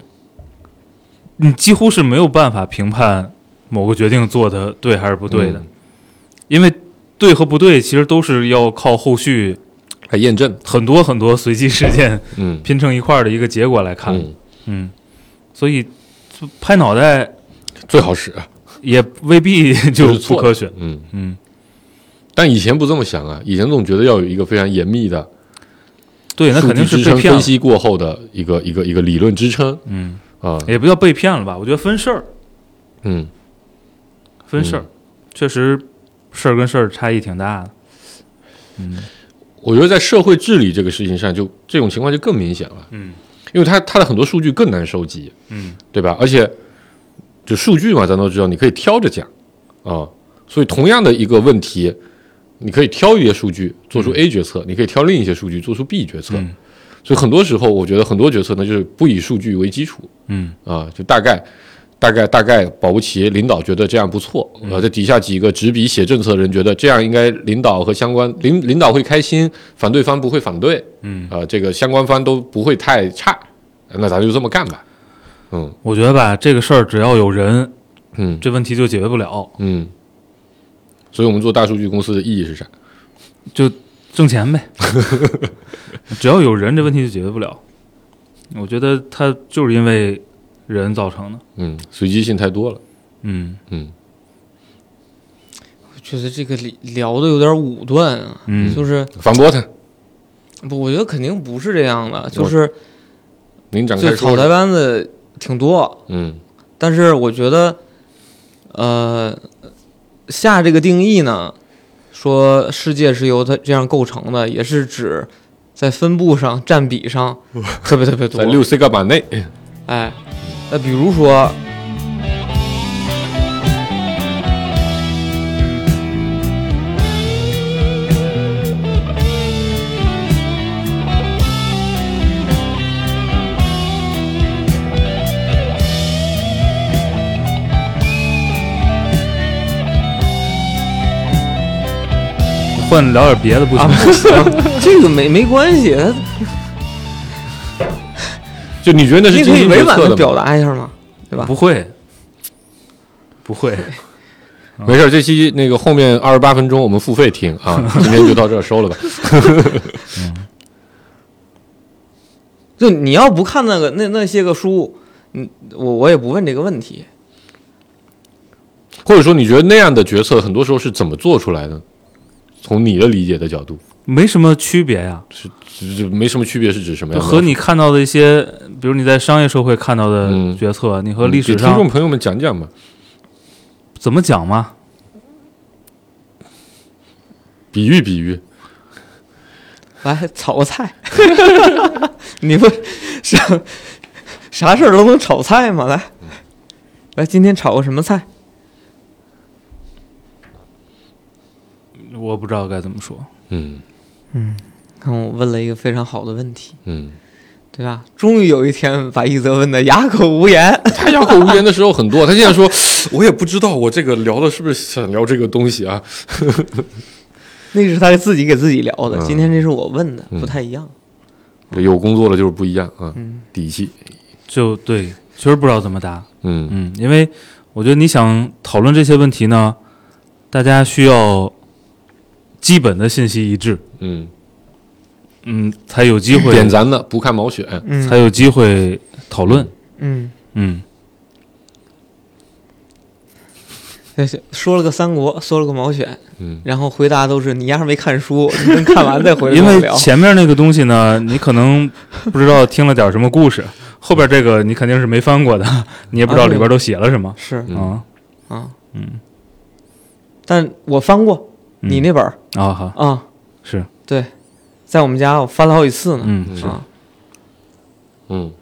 Speaker 4: 你几乎是没有办法评判某个决定做的对还是不对的，
Speaker 5: 嗯
Speaker 4: 因为对和不对其实都是要靠后续
Speaker 5: 还验证。
Speaker 4: 很多很多随机事件
Speaker 5: 嗯
Speaker 4: 拼成一块儿的一个结果来看。
Speaker 5: 嗯，
Speaker 4: 嗯，所以就拍脑袋
Speaker 5: 最好使。
Speaker 4: 也未必就
Speaker 5: 就
Speaker 4: 是不
Speaker 5: 错
Speaker 4: 科学。
Speaker 5: 嗯，
Speaker 4: 嗯，
Speaker 5: 但以前不这么想啊，以前总觉得要有一个非常严密的
Speaker 4: 对，那
Speaker 5: 数
Speaker 4: 肯
Speaker 5: 据
Speaker 4: 定是
Speaker 5: 支
Speaker 4: 被
Speaker 5: 撑
Speaker 4: 骗
Speaker 5: 分
Speaker 4: 了。
Speaker 5: 析过后的一个一个一个理论支撑
Speaker 4: 嗯，
Speaker 5: 啊。
Speaker 4: 也不叫被骗了吧？我觉得分事儿，
Speaker 5: 嗯，
Speaker 4: 分事儿，确实事儿跟事儿差异挺大的。嗯
Speaker 5: 我觉得在社会治理这个事情上就，这种情况就更明显了，
Speaker 4: 嗯
Speaker 5: 因为它它的很多数据更难收集，
Speaker 4: 嗯，
Speaker 5: 对吧？而且就数据嘛，咱都知道，你可以挑着讲啊。所以同样的一个问题，你可以挑一些数据做出 A 决策，你可以挑另一些数据做出 B 决策。
Speaker 4: 嗯
Speaker 5: 所以很多时候，我觉得很多决策呢，就是不以数据为基础，
Speaker 4: 嗯
Speaker 5: 啊，就大概。大概大概，保不齐领导觉得这样不错，
Speaker 3: 嗯
Speaker 5: 呃，这底下几个执笔写政策的人觉得这样应该领导和相关领领导会开心，反对方不会反对，
Speaker 4: 嗯，
Speaker 5: 啊、这个相关方都不会太差，那咱就这么干吧，嗯
Speaker 4: 我觉得吧，这个事儿只要有人，
Speaker 5: 嗯
Speaker 4: 这问题就解决不了，
Speaker 5: 嗯，所以我们做大数据公司的意义是啥？
Speaker 4: 就挣钱 呗。只要有人，这问题就解决不了。我觉得它就是因为人造成的。
Speaker 5: 嗯，随机性太多了，
Speaker 4: 嗯
Speaker 5: 嗯
Speaker 3: 我觉得这个里聊的有点武断啊，
Speaker 4: 嗯
Speaker 3: 就是
Speaker 5: 反驳他，
Speaker 3: 不，我觉得肯定不是这样的，就
Speaker 5: 我
Speaker 3: 是
Speaker 5: 您展
Speaker 3: 就
Speaker 5: 开
Speaker 3: 草
Speaker 5: 说
Speaker 3: 台
Speaker 5: 说，
Speaker 3: 班子挺多，
Speaker 5: 嗯
Speaker 3: 但是我觉得，呃，下这个定义呢，说世界是由它这样构成的，也是指在分布上、占比 上特别特别多
Speaker 5: 在。六 C 伽版内，
Speaker 3: 哎，那比如说，
Speaker 4: 换聊点别的不行吗？
Speaker 3: 这个没没关系，它
Speaker 5: 就你觉得那是
Speaker 3: 你
Speaker 5: 精
Speaker 3: 可以
Speaker 5: 心
Speaker 3: 委
Speaker 5: 决
Speaker 3: 婉
Speaker 5: 策
Speaker 3: 的
Speaker 5: 的
Speaker 3: 表
Speaker 5: 吗？
Speaker 3: 达一下嘛，对吧
Speaker 4: 啊不？会，不会。
Speaker 5: 没事儿，这期那个后面二十八分钟我们付费听啊，今天就到这儿收了吧。
Speaker 3: 就你要不看那个那那些个书，嗯，我我也不问这个问题。
Speaker 5: 或者说，你觉得那样的决策很多时候是怎么做出来的？从你的理解的角度，
Speaker 4: 没什么区别呀、
Speaker 5: 就就没什么区别，是指什么
Speaker 4: 就
Speaker 5: 样的？
Speaker 4: 和你看到的一些，比如你在商业社会看到的
Speaker 5: 嗯
Speaker 4: 决策，你和历史
Speaker 5: 给听众
Speaker 4: 上
Speaker 5: 朋友们讲讲吧，
Speaker 4: 怎么讲嘛？
Speaker 5: 比喻比喻。
Speaker 3: 来炒个菜， 你不啥啥事儿都能炒菜吗？来，来，今天炒个什么菜？
Speaker 4: 我不知道该怎么说。
Speaker 5: 嗯
Speaker 3: 看我问了一个非常好的问题，
Speaker 5: 嗯，
Speaker 3: 对吧？终于有一天把一泽问的哑口无言。
Speaker 5: 他
Speaker 4: 哎
Speaker 5: 哑口无言的时候很 多，他现在说，我也不知道我这个聊的是不是想聊这个东西啊。
Speaker 3: 那是他自己给自己聊的，
Speaker 5: 嗯
Speaker 3: 今天这是我问的，
Speaker 5: 嗯
Speaker 3: 不太一样。
Speaker 5: 有工作了就是不一样啊，
Speaker 4: 嗯
Speaker 5: 底气。
Speaker 4: 就对，确实不知道怎么答。
Speaker 5: 嗯
Speaker 4: 嗯，因为我觉得你想讨论这些问题呢，大家需要基本的信息一致，
Speaker 5: 嗯，
Speaker 4: 嗯，才有机会
Speaker 5: 点咱的不看毛选，
Speaker 3: 嗯
Speaker 4: 才有机会讨论。
Speaker 3: 嗯，
Speaker 4: 嗯，
Speaker 3: 对说了个三国，说了个毛选，
Speaker 5: 嗯
Speaker 3: 然后回答都是你丫没看书，你等看完再回来
Speaker 4: 因
Speaker 3: 跟我
Speaker 4: 为
Speaker 3: 聊。
Speaker 4: 前面那个东西呢，你可能不知道听了点什么故事，后边这个你肯定是没翻过的，你也不知
Speaker 3: 啊
Speaker 4: 道里边都写了什么
Speaker 3: 是
Speaker 5: 对
Speaker 4: 啊
Speaker 3: 啊，
Speaker 4: 嗯，
Speaker 3: 但我翻过
Speaker 4: 嗯
Speaker 3: 你那本儿
Speaker 4: 啊好
Speaker 3: 啊，
Speaker 4: 是
Speaker 3: 对，在我们家我翻了好几次呢。
Speaker 4: 嗯
Speaker 5: 是
Speaker 3: 啊，
Speaker 5: 嗯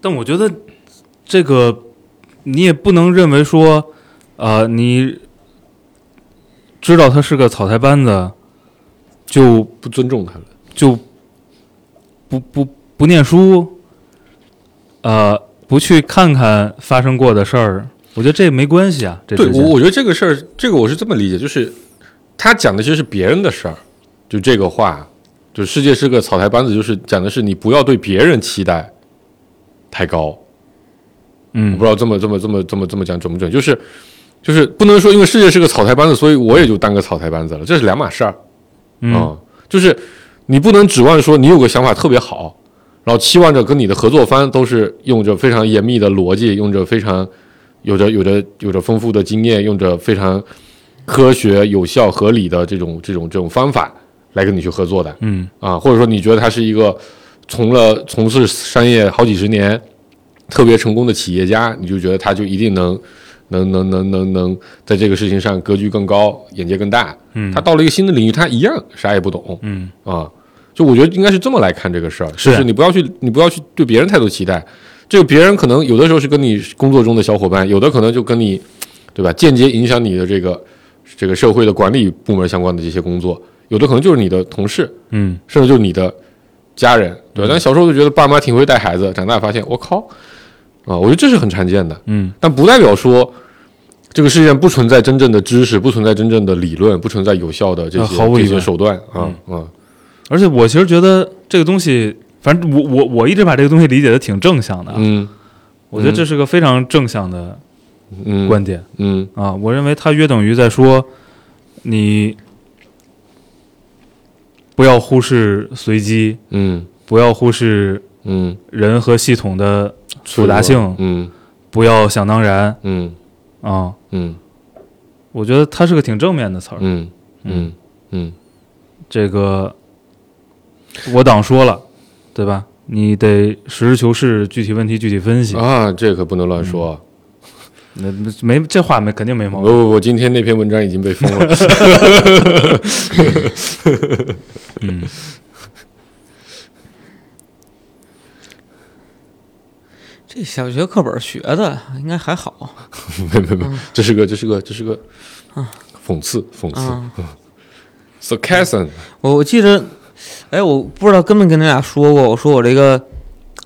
Speaker 4: 但我觉得这个你也不能认为说，呃，你知道它是个草台班子，就
Speaker 5: 不尊重他了。
Speaker 4: 就不不不念书，呃，不去看看发生过的事儿，我觉得这没关系啊。这
Speaker 5: 对
Speaker 4: 之
Speaker 5: 我，
Speaker 4: 间
Speaker 5: 我觉得这个事儿，这个我是这么理解，就是他讲的其实是别人的事儿，就这个话，就世界是个草台班子，就是讲的是你不要对别人期待太高。我
Speaker 4: 嗯
Speaker 5: 不知道这么这么这么这么这么讲准不准，就是就是不能说因为世界是个草台班子，所以我也就当个草台班子了，这是两码事儿。
Speaker 4: 嗯
Speaker 5: 嗯，就是你不能指望说你有个想法特别好，然后期望着跟你的合作方都是用着非常严密的逻辑，用着非常有着有着有着丰富的经验，用着非常科学、有效、合理的这种这种这种方法来跟你去合作的
Speaker 4: 嗯
Speaker 5: 啊，或者说你觉得他是一个从了从事商业好几十年特别成功的企业家，你就觉得他就一定能。能能能能能在这个事情上格局更高，眼界更大。
Speaker 4: 嗯
Speaker 5: 他到了一个新的领域，他一样啥也不懂。
Speaker 4: 嗯
Speaker 5: 啊，就我觉得应该是这么来看这个事儿，
Speaker 4: 是
Speaker 5: 就是你不要去，你不要去对别人太多期待。这个别人可能有的时候是跟你工作中的小伙伴，有的可能就跟你，对吧？间接影响你的这个这个社会的管理部门相关的这些工作，有的可能就是你的同事，
Speaker 4: 嗯
Speaker 5: 甚至就是你的家人，对吧？但小时候就觉得爸妈挺会带孩子，长大发现我靠，啊，我觉得这是很常见的。
Speaker 4: 嗯
Speaker 5: 但不代表说这个世界上不存在真正的知识，不存在真正的理论，不存在有效的这
Speaker 4: 呃
Speaker 5: 些、
Speaker 4: 毫无疑
Speaker 5: 这些
Speaker 4: 问
Speaker 5: 手段啊啊、嗯
Speaker 4: 而且我其实觉得这个东西，反正我我我一直把这个东西理解的挺正向的啊，
Speaker 5: 嗯
Speaker 4: 我觉得这是个非常正向的
Speaker 5: 嗯
Speaker 4: 观点
Speaker 5: 嗯
Speaker 4: 啊。我认为它约等于在说你不要忽视随机，
Speaker 5: 嗯
Speaker 4: 不要忽视
Speaker 5: 嗯
Speaker 4: 人和系统的复杂性，
Speaker 5: 嗯
Speaker 4: 不要想当然
Speaker 5: 嗯
Speaker 4: 啊。
Speaker 5: 嗯
Speaker 4: 我觉得它是个挺正面的词儿。
Speaker 5: 嗯嗯嗯
Speaker 4: 这个我党说了，对吧？你得实事求是，具体问题具体分析。
Speaker 5: 啊，这可不能乱说啊。
Speaker 4: 那没这话没肯定没毛
Speaker 5: 不
Speaker 4: 病。
Speaker 5: 不不，今天那篇文章已经被封了。
Speaker 4: 嗯
Speaker 3: 这小学课本学的应该还好
Speaker 5: 没没
Speaker 3: 嗯
Speaker 5: 没，这是个这是个这是个讽刺讽刺。
Speaker 3: 啊。
Speaker 5: Sarcasm，
Speaker 3: 我我记着，哎，我不知道跟没跟你俩说过，我说我这个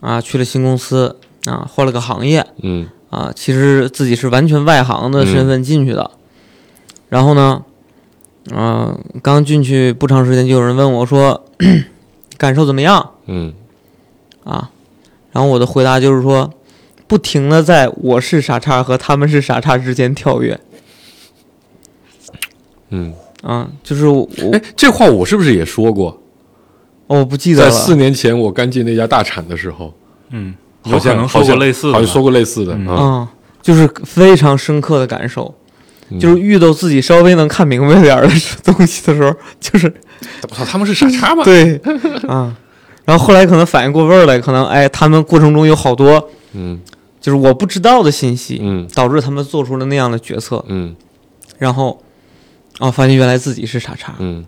Speaker 3: 啊去了新公司啊，换了个行业
Speaker 5: 嗯
Speaker 3: 啊，其实自己是完全外行的
Speaker 5: 嗯
Speaker 3: 身份进去的。然后呢，嗯、刚进去不长时间，就有人问我说 感受怎么样
Speaker 5: 嗯
Speaker 3: 啊？然后我的回答就是说，不停的在我是傻叉和他们是傻叉之间跳跃
Speaker 5: 嗯。
Speaker 3: 啊，就是我哦
Speaker 5: 哎，这话我是不是也说过？
Speaker 3: 我不记得
Speaker 5: 在
Speaker 3: 了。
Speaker 5: 四年前我刚进那家大厂的时候，
Speaker 4: 嗯，
Speaker 5: 好
Speaker 4: 有可
Speaker 5: 像
Speaker 4: 能
Speaker 5: 好
Speaker 4: 说过
Speaker 5: 像
Speaker 4: 类似的吧，
Speaker 5: 好像说过类似的
Speaker 4: 嗯
Speaker 5: 啊。
Speaker 3: 啊，就是非常深刻的感受，
Speaker 5: 嗯
Speaker 3: 就是遇到自己稍微能看明白点儿的 东西的时候， 就是
Speaker 5: 我操，他们是傻叉吗？
Speaker 3: 对啊。然后后来可能反应过味儿来，可能哎，他们过程中有好多
Speaker 5: 嗯
Speaker 3: 就是我不知道的信息，
Speaker 5: 嗯
Speaker 3: 导致他们做出了那样的决策。
Speaker 5: 嗯
Speaker 3: 然后，哦，发现原来自己是傻叉。
Speaker 5: 嗯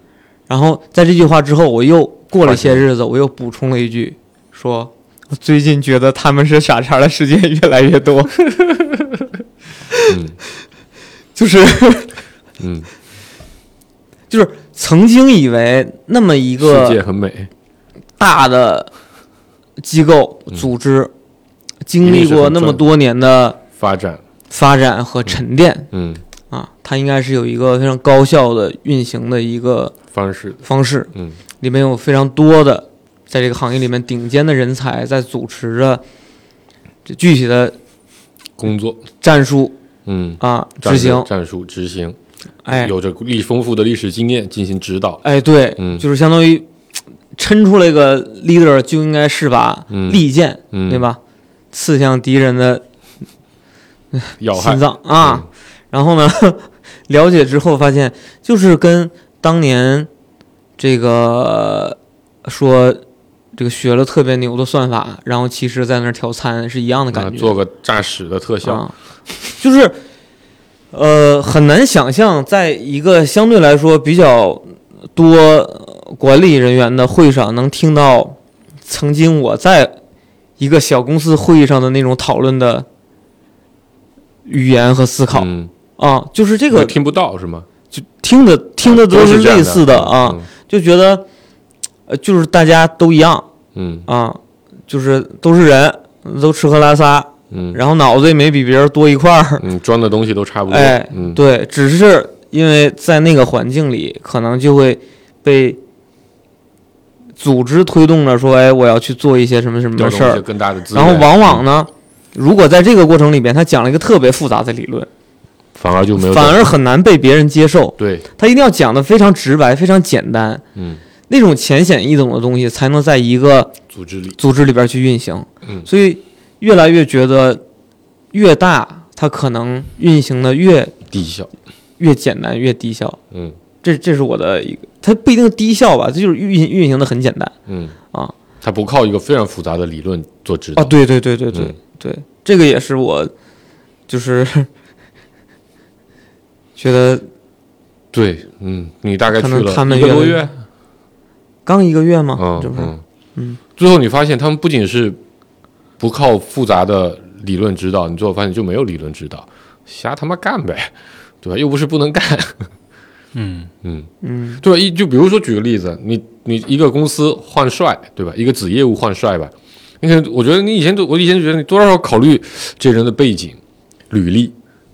Speaker 3: 然后在这句话之后，我又过了些
Speaker 5: 发现
Speaker 3: 日子，我又补充了一句，说我最近觉得他们是傻叉的事件越来越多，
Speaker 5: 嗯
Speaker 3: 就是。
Speaker 5: 嗯，
Speaker 3: 就是曾经以为那么一
Speaker 5: 世界
Speaker 3: 个
Speaker 5: 很美，
Speaker 3: 大的机构
Speaker 5: 嗯
Speaker 3: 组织，经历过那么多年的
Speaker 5: 发展，
Speaker 3: 发展和沉淀
Speaker 5: 嗯，
Speaker 3: 啊，它应该是有一个非常高效的运行的一个
Speaker 5: 方式，
Speaker 3: 方式，
Speaker 5: 嗯
Speaker 3: 里面有非常多的在这个行业里面顶尖的人才在主持着这具体的
Speaker 5: 工作，
Speaker 3: 战术
Speaker 5: 嗯，
Speaker 3: 啊
Speaker 5: 战
Speaker 3: 执
Speaker 5: 略
Speaker 3: 行，
Speaker 5: 战术执行，
Speaker 3: 哎
Speaker 5: 有着历丰富的历史经验进行指导，
Speaker 3: 哎对，
Speaker 5: 嗯
Speaker 3: 就是相当于抻出来一个 leader 就应该是把
Speaker 5: 嗯
Speaker 3: 利剑。
Speaker 5: 嗯，
Speaker 3: 对？吧？刺向敌人的
Speaker 5: 要害
Speaker 3: 心，脏
Speaker 5: 嗯
Speaker 3: 啊。然后呢， 了解之后发现，就是跟当年这个说这个学了特别牛的算法，然后其实在那儿调参是一样的
Speaker 5: 嗯啊
Speaker 3: 感觉。
Speaker 5: 做个诈屎的特效，
Speaker 3: 啊， 就是呃，很难想象，在一个相对来说比较多呃管理人员的会上，能听到曾经我在一个小公司会议上的那种讨论的语言和思考、
Speaker 5: 嗯，
Speaker 3: 啊，就是这
Speaker 5: 这
Speaker 3: 个
Speaker 5: 听不到是吗？
Speaker 3: 就听的听的
Speaker 5: 啊都
Speaker 3: 都是
Speaker 5: 这样嗯
Speaker 3: 类似的啊，，就觉得呃，就是大家都一样
Speaker 5: 嗯
Speaker 3: 啊，就是都是人，都吃喝拉撒，
Speaker 5: 嗯
Speaker 3: 然后脑子也没比别人多一块儿，
Speaker 5: 嗯，装的东西都差不多，
Speaker 3: 哎
Speaker 5: 嗯，
Speaker 3: 对，只是因为在那个环境里，可能就会被组织推动着说，哎，我要去做一些什么什么
Speaker 5: 调
Speaker 3: 的
Speaker 5: 动
Speaker 3: 事
Speaker 5: 一
Speaker 3: 儿
Speaker 5: 些，更大的资
Speaker 3: 然
Speaker 5: 源，嗯
Speaker 3: 后往往呢，如果在这个过程里边，他讲了一个特别复杂的理论，
Speaker 5: 反而就没有
Speaker 3: 反而很难被别人接受。
Speaker 5: 对，
Speaker 3: 他一定要讲的非常直白、非常简单，
Speaker 5: 嗯，
Speaker 3: 那种浅显易懂的东西才能在一个
Speaker 5: 组织力，
Speaker 3: 组织里边去运行。
Speaker 5: 嗯
Speaker 3: 所以越来越觉得越大，它可能运行的越
Speaker 5: 低效，
Speaker 3: 越简单、越低效。
Speaker 5: 嗯
Speaker 3: 这这是我的一个，它不一定低效吧，它就是运运行的很简单
Speaker 5: 嗯，
Speaker 3: 啊
Speaker 5: 它不靠一个非常复杂的理论做指
Speaker 3: 啊！
Speaker 5: 导，
Speaker 3: 对对对对对、
Speaker 5: 嗯
Speaker 3: 对，这个也是我就是 觉得
Speaker 5: 对，嗯，你大概去
Speaker 3: 可能
Speaker 5: 了
Speaker 3: 他们
Speaker 5: 一个多
Speaker 3: 越来
Speaker 5: 月，
Speaker 3: 刚一个月嘛，
Speaker 5: 嗯
Speaker 3: 这不是、
Speaker 5: 嗯
Speaker 3: 嗯，
Speaker 5: 最后你发现他们不仅是不靠复杂的理论指导，你最后发现就没有理论指导，瞎他妈干呗，对吧？又不是不能干，
Speaker 4: 嗯
Speaker 5: 嗯，
Speaker 3: 嗯
Speaker 5: 对吧？一就比如说举个例子，你你一个公司换帅，对吧？一个子业务换帅吧，你看，我觉得你以前都，我以前就觉得你多少要考虑这人的背景、履历，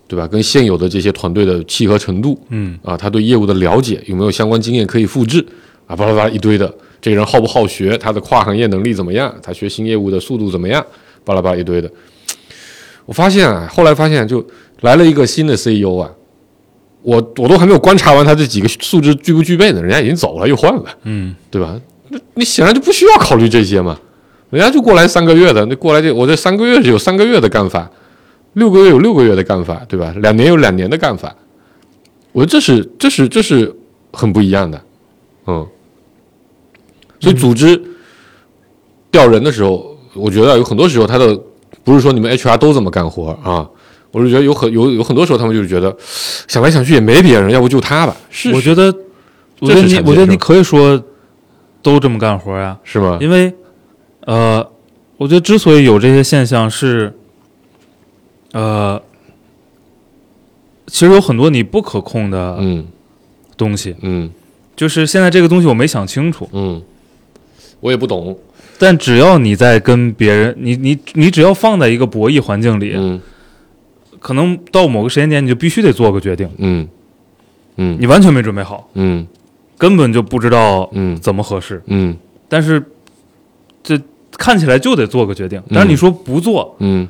Speaker 5: 对吧？跟现有的这些团队的契合程度，
Speaker 4: 嗯
Speaker 5: 啊，他对业务的了解有没有相关经验可以复制啊，巴拉巴拉一堆的。这个人好不好学，他的跨行业能力怎么样，他学新业务的速度怎么样，巴拉巴拉一堆的。我发现啊，后来发现就来了一个新的 CEO 啊，我我都还没有观察完他这几个素质具不具备呢，人家已经走了又换了，
Speaker 4: 嗯
Speaker 5: 对吧？那你显然就不需要考虑这些嘛，人家就过来三个月的，那过来这我这三个月有三个月的干法，六个月有六个月的干法，对吧？两年有两年的干法，我觉得这是这是这是很不一样的，嗯，
Speaker 4: 嗯
Speaker 5: 所以组织调人的时候，我觉得有很多时候他的不是说你们 HR 都这么干活啊。我是觉得有很有有很多时候，他们就是觉得想来想去也没别人，要不就他吧。是，
Speaker 4: 我觉得，我觉得
Speaker 5: 这是
Speaker 4: 你，
Speaker 5: 常见
Speaker 4: 我觉得你
Speaker 5: 是吧啊
Speaker 4: 可以说都这么干活呀、
Speaker 5: 是吗？
Speaker 4: 因为，呃，我觉得之所以有这些现象是，呃，其实有很多你不可控的
Speaker 5: 嗯
Speaker 4: 东西，
Speaker 5: 嗯
Speaker 4: 就是现在这个东西我没想清楚，
Speaker 5: 嗯，我也不懂。
Speaker 4: 但只要你在跟别人，你你你只要放在一个博弈环境里，
Speaker 5: 嗯
Speaker 4: 可能到某个时间点你就必须得做个决定，
Speaker 5: 嗯嗯
Speaker 4: 你完全没准备好，
Speaker 5: 嗯
Speaker 4: 根本就不知道
Speaker 5: 嗯
Speaker 4: 怎么合适，
Speaker 5: 嗯
Speaker 4: 但是这看起来就得做个决定，但是你说不做、
Speaker 5: 嗯，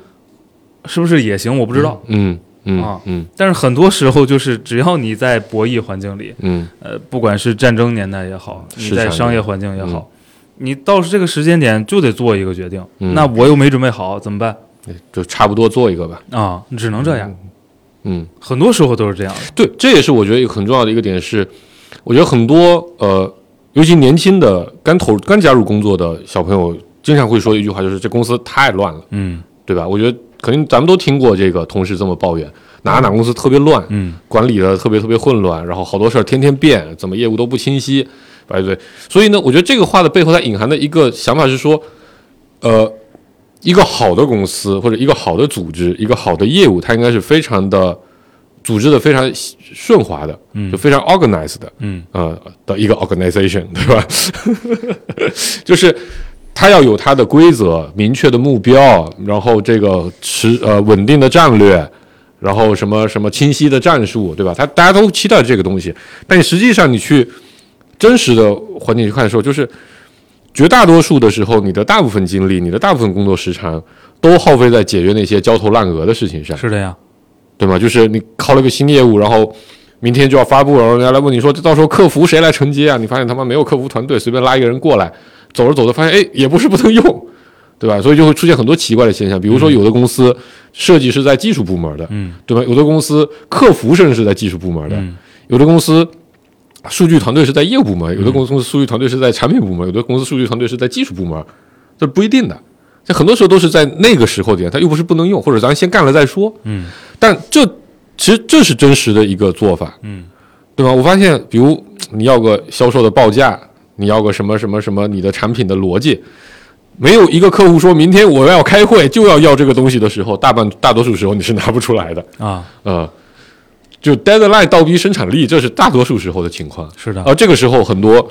Speaker 4: 是不是也行？我不
Speaker 5: 不
Speaker 4: 知道。。
Speaker 5: 嗯嗯
Speaker 4: 啊
Speaker 5: 嗯
Speaker 4: 但是很多时候就是，只要你在博弈环境里，
Speaker 5: 嗯
Speaker 4: 呃，不管是战争年代也好，你
Speaker 5: 市
Speaker 4: 在
Speaker 5: 场嗯
Speaker 4: 商业
Speaker 5: 也
Speaker 4: 环境也好，你到这个时间点就得做一个决定。
Speaker 5: 嗯
Speaker 4: 那我又没准备好，怎么办
Speaker 5: 嗯，就差不多做一个吧。
Speaker 4: 啊？只能这样。
Speaker 5: 嗯，
Speaker 4: 很多时候都是这样的。
Speaker 5: 对，这也是我觉得一个很重要的一个点是，我觉得很多呃，尤其年轻的刚投刚加入工作的小朋友，经常会说一句话，就是这公司太乱了，
Speaker 4: 嗯
Speaker 5: 对吧？我觉得肯定咱们都听过这个同事这么抱怨，哪哪公司特别乱，
Speaker 4: 嗯
Speaker 5: 管理的特别特别混乱，然后好多事儿天天变，怎么业务都不清晰，哎对，所以呢，我觉得这个话的背后它隐含的一个想法是说，呃，一个好的公司或者一个好的组织，一个好的业务，它应该是非常的组织的非常顺滑的，
Speaker 4: 嗯
Speaker 5: 就非常 organized 的，
Speaker 4: 嗯
Speaker 5: 呃的一个 organization，对吧？ 就是它要有它的规则、明确的目标，然后这个持呃稳定的战略，然后什么什么清晰的战术，对吧？它大家都期待这个东西，但实际上你去真实的环境去看的时候，就是绝大多数的时候，你的大部分精力、你的大部分工作时长都耗费在解决那些焦头烂额的事情上。
Speaker 4: 是这样。
Speaker 5: 对吗？就是你靠了个新业务，然后明天就要发布，然后人家来问你说，这到时候客服谁来承接啊？你发现他妈没有客服团队，随便拉一个人过来，走着走着发现，哎，也不是不能用，对吧？所 以就会出现很多奇怪的现象，比如说有的公司设计是在技术部门的，
Speaker 4: 嗯
Speaker 5: 对吧？有的公司客服甚至是在技术部门的，
Speaker 4: 嗯
Speaker 5: 有的公司数据团队是在业务部门，有的公司数据团队是在产品部门，有的公司数据团队是在技术部门，这不一定的。这很多时候都是在那个时候点，它又不是不能用，或者咱先干了再说。
Speaker 4: 嗯
Speaker 5: 但这其实这是真实的一个做法，
Speaker 4: 嗯
Speaker 5: 对吧？我发现，比如你要个销售的报价，你要个什么什么什么，你的产品的逻辑，没有一个客户说明天我要开会就要要这个东西的时候，大半大多数时候你是拿不出来的，
Speaker 4: 啊，
Speaker 5: 呃，就 deadline 倒逼生产力，这是大多数时候的情况。
Speaker 4: 是的。
Speaker 5: 而这个时候，很多